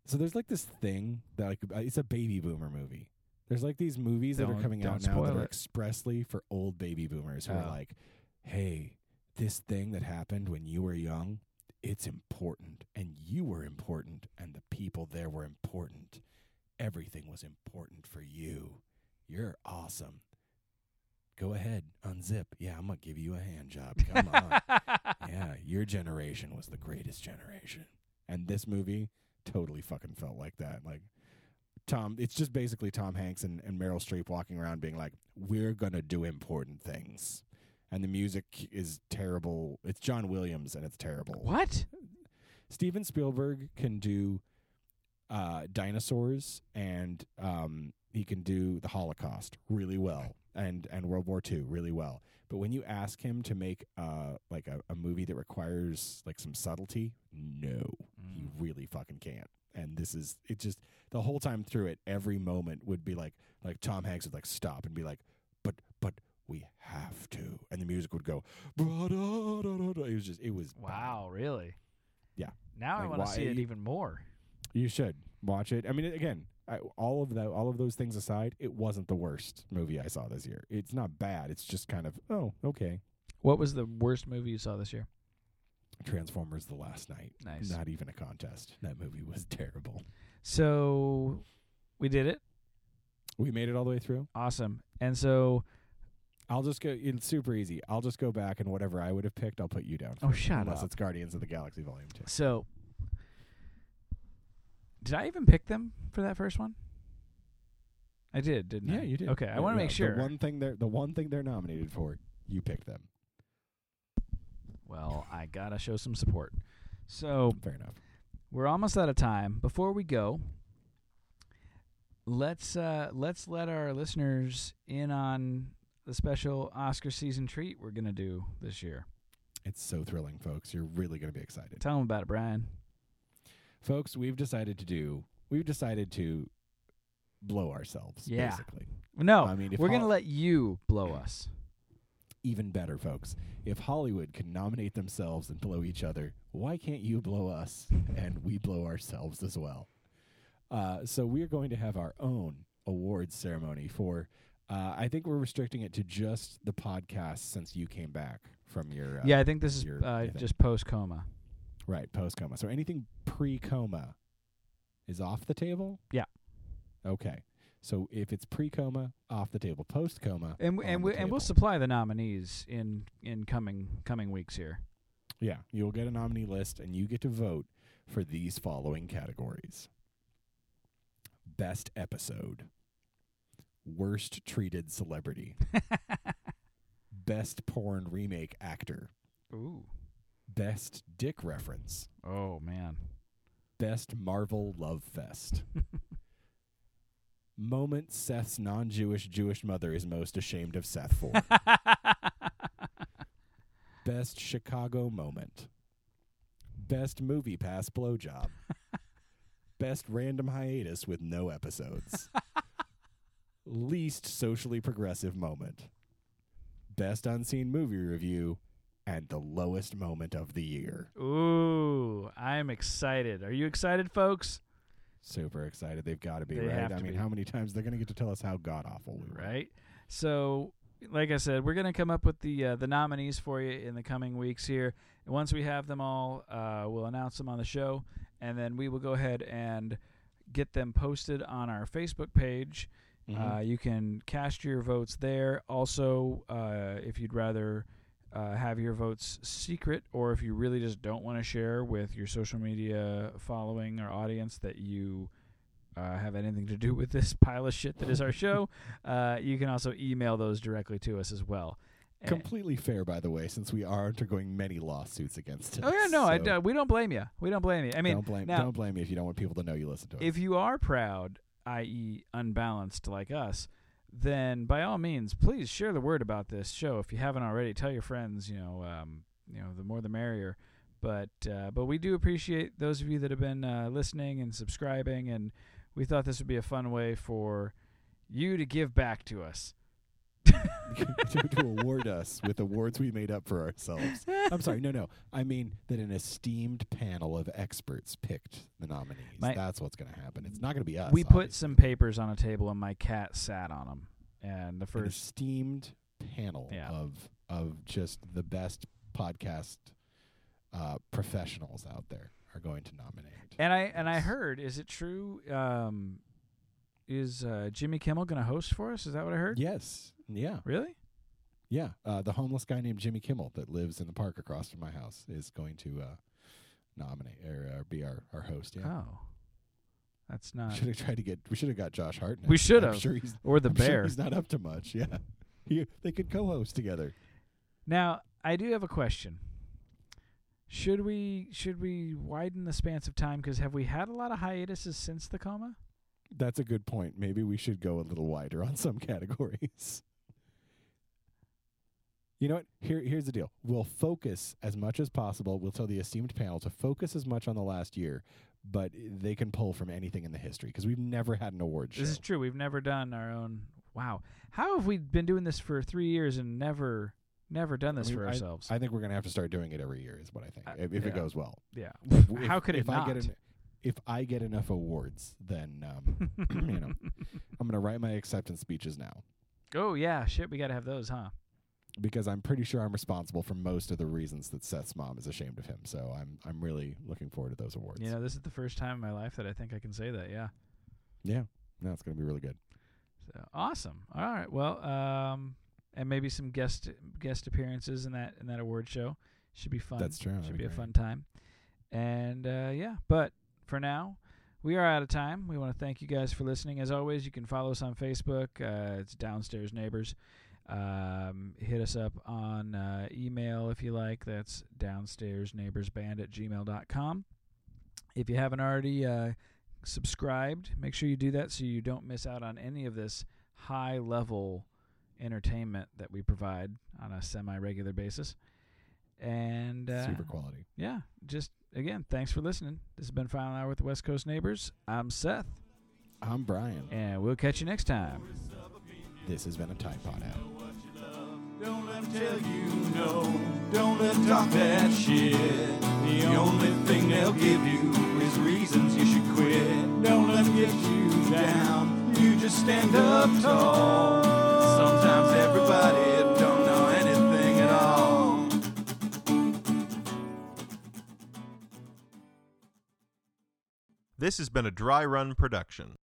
so there's like this thing that like uh, it's a baby boomer movie. There's like these movies that Don't- are coming out don't now that spoil are it. expressly for old baby boomers who are Oh. like, "Hey, this thing that happened when you were young, it's important, and you were important, and the people there were important. Everything was important for you. You're awesome. Go ahead, unzip. Yeah, I'm gonna give you a hand job. Come on." yeah, your generation was the greatest generation. And this movie totally fucking felt like that. Like Tom, it's just basically Tom Hanks and, and Meryl Streep walking around being like, "We're gonna do important things," and the music is terrible. It's John Williams, and it's terrible. What? Steven Spielberg can do uh, dinosaurs and um, he can do the Holocaust really well and and World War II really well. But when you ask him to make uh, like a, a movie that requires like some subtlety, no, he really fucking can't. And this is it. Just the whole time through it, every moment would be like like Tom Hanks would like stop and be like, but but. We have to, and the music would go. "Ba-da-da-da-da." It was just, it was bad. Wow! Really? Yeah. Now I Like, want to why- see it even more. You should watch it. I mean, again, I, all of that, all of those things aside, it wasn't the worst movie I saw this year. It's not bad. It's just kind of oh, okay. What was the worst movie you saw this year? Transformers: The Last Night. Nice. Not even a contest. That movie was terrible. So we did it. We made it all the way through. Awesome. And so I'll just go. It's super easy. I'll just go back and whatever I would have picked, I'll put you down. oh shut Unless up. it's Guardians of the Galaxy Volume Two. So did I even pick them for that first one? I did, didn't I? Yeah, you did. Okay, I Yeah, want to yeah. make sure. the one thing they're the one thing they're nominated for. You picked them. Well, I gotta show some support. So Fair enough. we're almost out of time. Before we go, let's uh, let's let our listeners in on the special Oscar season treat we're gonna do this year. It's so thrilling, folks. You're really going to be excited. Tell them about it, Brian. folks we've decided to do we've decided to blow ourselves Yeah. basically No, I mean, if we're gonna Hol- let you blow us. even better folks if hollywood can nominate themselves and blow each other why can't you blow us and we blow ourselves as well uh, so we're going to have our own awards ceremony for uh, i think we're restricting it to just the podcast since you came back from your uh, yeah, I think this is your- uh, your thing. just post coma. Right, post coma. So anything pre coma is off the table? Yeah. Okay. So if it's pre coma, off the table. Post coma. And w- and we, and we'll supply the nominees in in coming coming weeks here. Yeah. You'll get a nominee list and you get to vote for these following categories Best episode, Worst treated celebrity, Best porn remake actor, Ooh. Best dick reference, Oh man. Best Marvel Love Fest, moment Seth's non Jewish Jewish mother is most ashamed of Seth for. Best Chicago moment. Best movie pass blowjob. Best random hiatus with no episodes. Least socially progressive moment. Best unseen movie review. And the lowest moment of the year. Ooh, I'm excited. Are you excited, folks? Super excited. They've got to be, They right? have I to mean, be. how many times they're going to get to tell us how god awful we were. Right. So, like I said, we're gonna come up with the uh, the nominees for you in the coming weeks here. And once we have them all, uh, we'll announce them on the show, and then we will go ahead and get them posted on our Facebook page. Mm-hmm. Uh, you can cast your votes there. Also, uh, if you'd rather uh, have your votes secret, or if you really just don't want to share with your social media following or audience that you uh, have anything to do with this pile of shit that is our show, uh, you can also email those directly to us as well. And- Completely fair, by the way, since we are undergoing many lawsuits against us. oh yeah, no, I, so uh, we don't blame you. We don't blame you. I mean, don't blame now- don't blame me if you don't want people to know you listen to us. if you are proud, i.e., unbalanced like us, then by all means, please share the word about this show. If you haven't already, tell your friends. You know, um, you know, the more the merrier. But uh, but we do appreciate those of you that have been uh, listening and subscribing, and we thought this would be a fun way for you to give back to us. to, to award us with awards we made up for ourselves. I'm sorry, no, no. I mean that an esteemed panel of experts picked the nominees. My- That's what's going to happen. It's not going to be us. we put obviously. some papers on a table, and my cat sat on them. And the an first esteemed panel Yeah. of of just the best podcast uh, professionals out there are going to nominate. And I and I Yes. heard, is it true? Um, is uh, Jimmy Kimmel going to host for us? Is that what I heard? Yes. Yeah. Really? Yeah, uh, the homeless guy named Jimmy Kimmel that lives in the park across from my house is going to uh, nominate or uh, be our, our host. Yeah, Oh, that's not. should have tried to get. We should have got Josh Hartnett. We should I'm have. Sure he's Or the I'm sure bear. he's not up to much. Yeah, he, they could co-host together. Now I do have a question. Should we should we widen the spans of time? Because have we had a lot of hiatuses since the coma? That's a good point. Maybe we should go a little wider on some categories. You know what? Here, here's the deal. We'll focus as much as possible. We'll tell the esteemed panel to focus as much on the last year, but they can pull from anything in the history because we've never had an award show. This is true. We've never done our own. Wow, how have we been doing this for three years and never never done this mean, for ourselves? I think we're gonna have to start doing it every year. Is what I think. Uh, if if yeah. it goes well, yeah. if, how could it if I not? get en- if I get enough awards, then um, you know, I'm gonna write my acceptance speeches now oh yeah, shit. We gotta have those, huh? because I'm pretty sure I'm responsible for most of the reasons that Seth's mom is ashamed of him. So I'm I'm really looking forward to those awards. You know, this is the first time in my life that I think I can say that. Yeah. yeah, no, it's gonna be really good. So awesome. All right. Well, um, and maybe some guest guest appearances in that in that award show should be fun. That's true. That'd Should be be a great. fun time. And uh, yeah, but for now, we are out of time. We want to thank you guys for listening. As always, you can follow us on Facebook. Uh, it's Downstairs Neighbors. Um, hit us up on uh, email if you like. That's downstairsneighborsband at gmail dot com. If you haven't already uh, subscribed, make sure you do that so you don't miss out on any of this high level entertainment that we provide on a semi regular basis. And uh, Super quality. yeah, just again, thanks for listening. This has been Final Hour with the West Coast Neighbors. I'm Seth, I'm Brian. and we'll catch you next time. This has been a Tide Pod app. Don't let 'em tell you no. Don't let 'em talk that shit. The only thing they'll give you is reasons you should quit. Don't let 'em get you down. You just stand up tall. Sometimes everybody don't know anything at all. This has been a dry run production.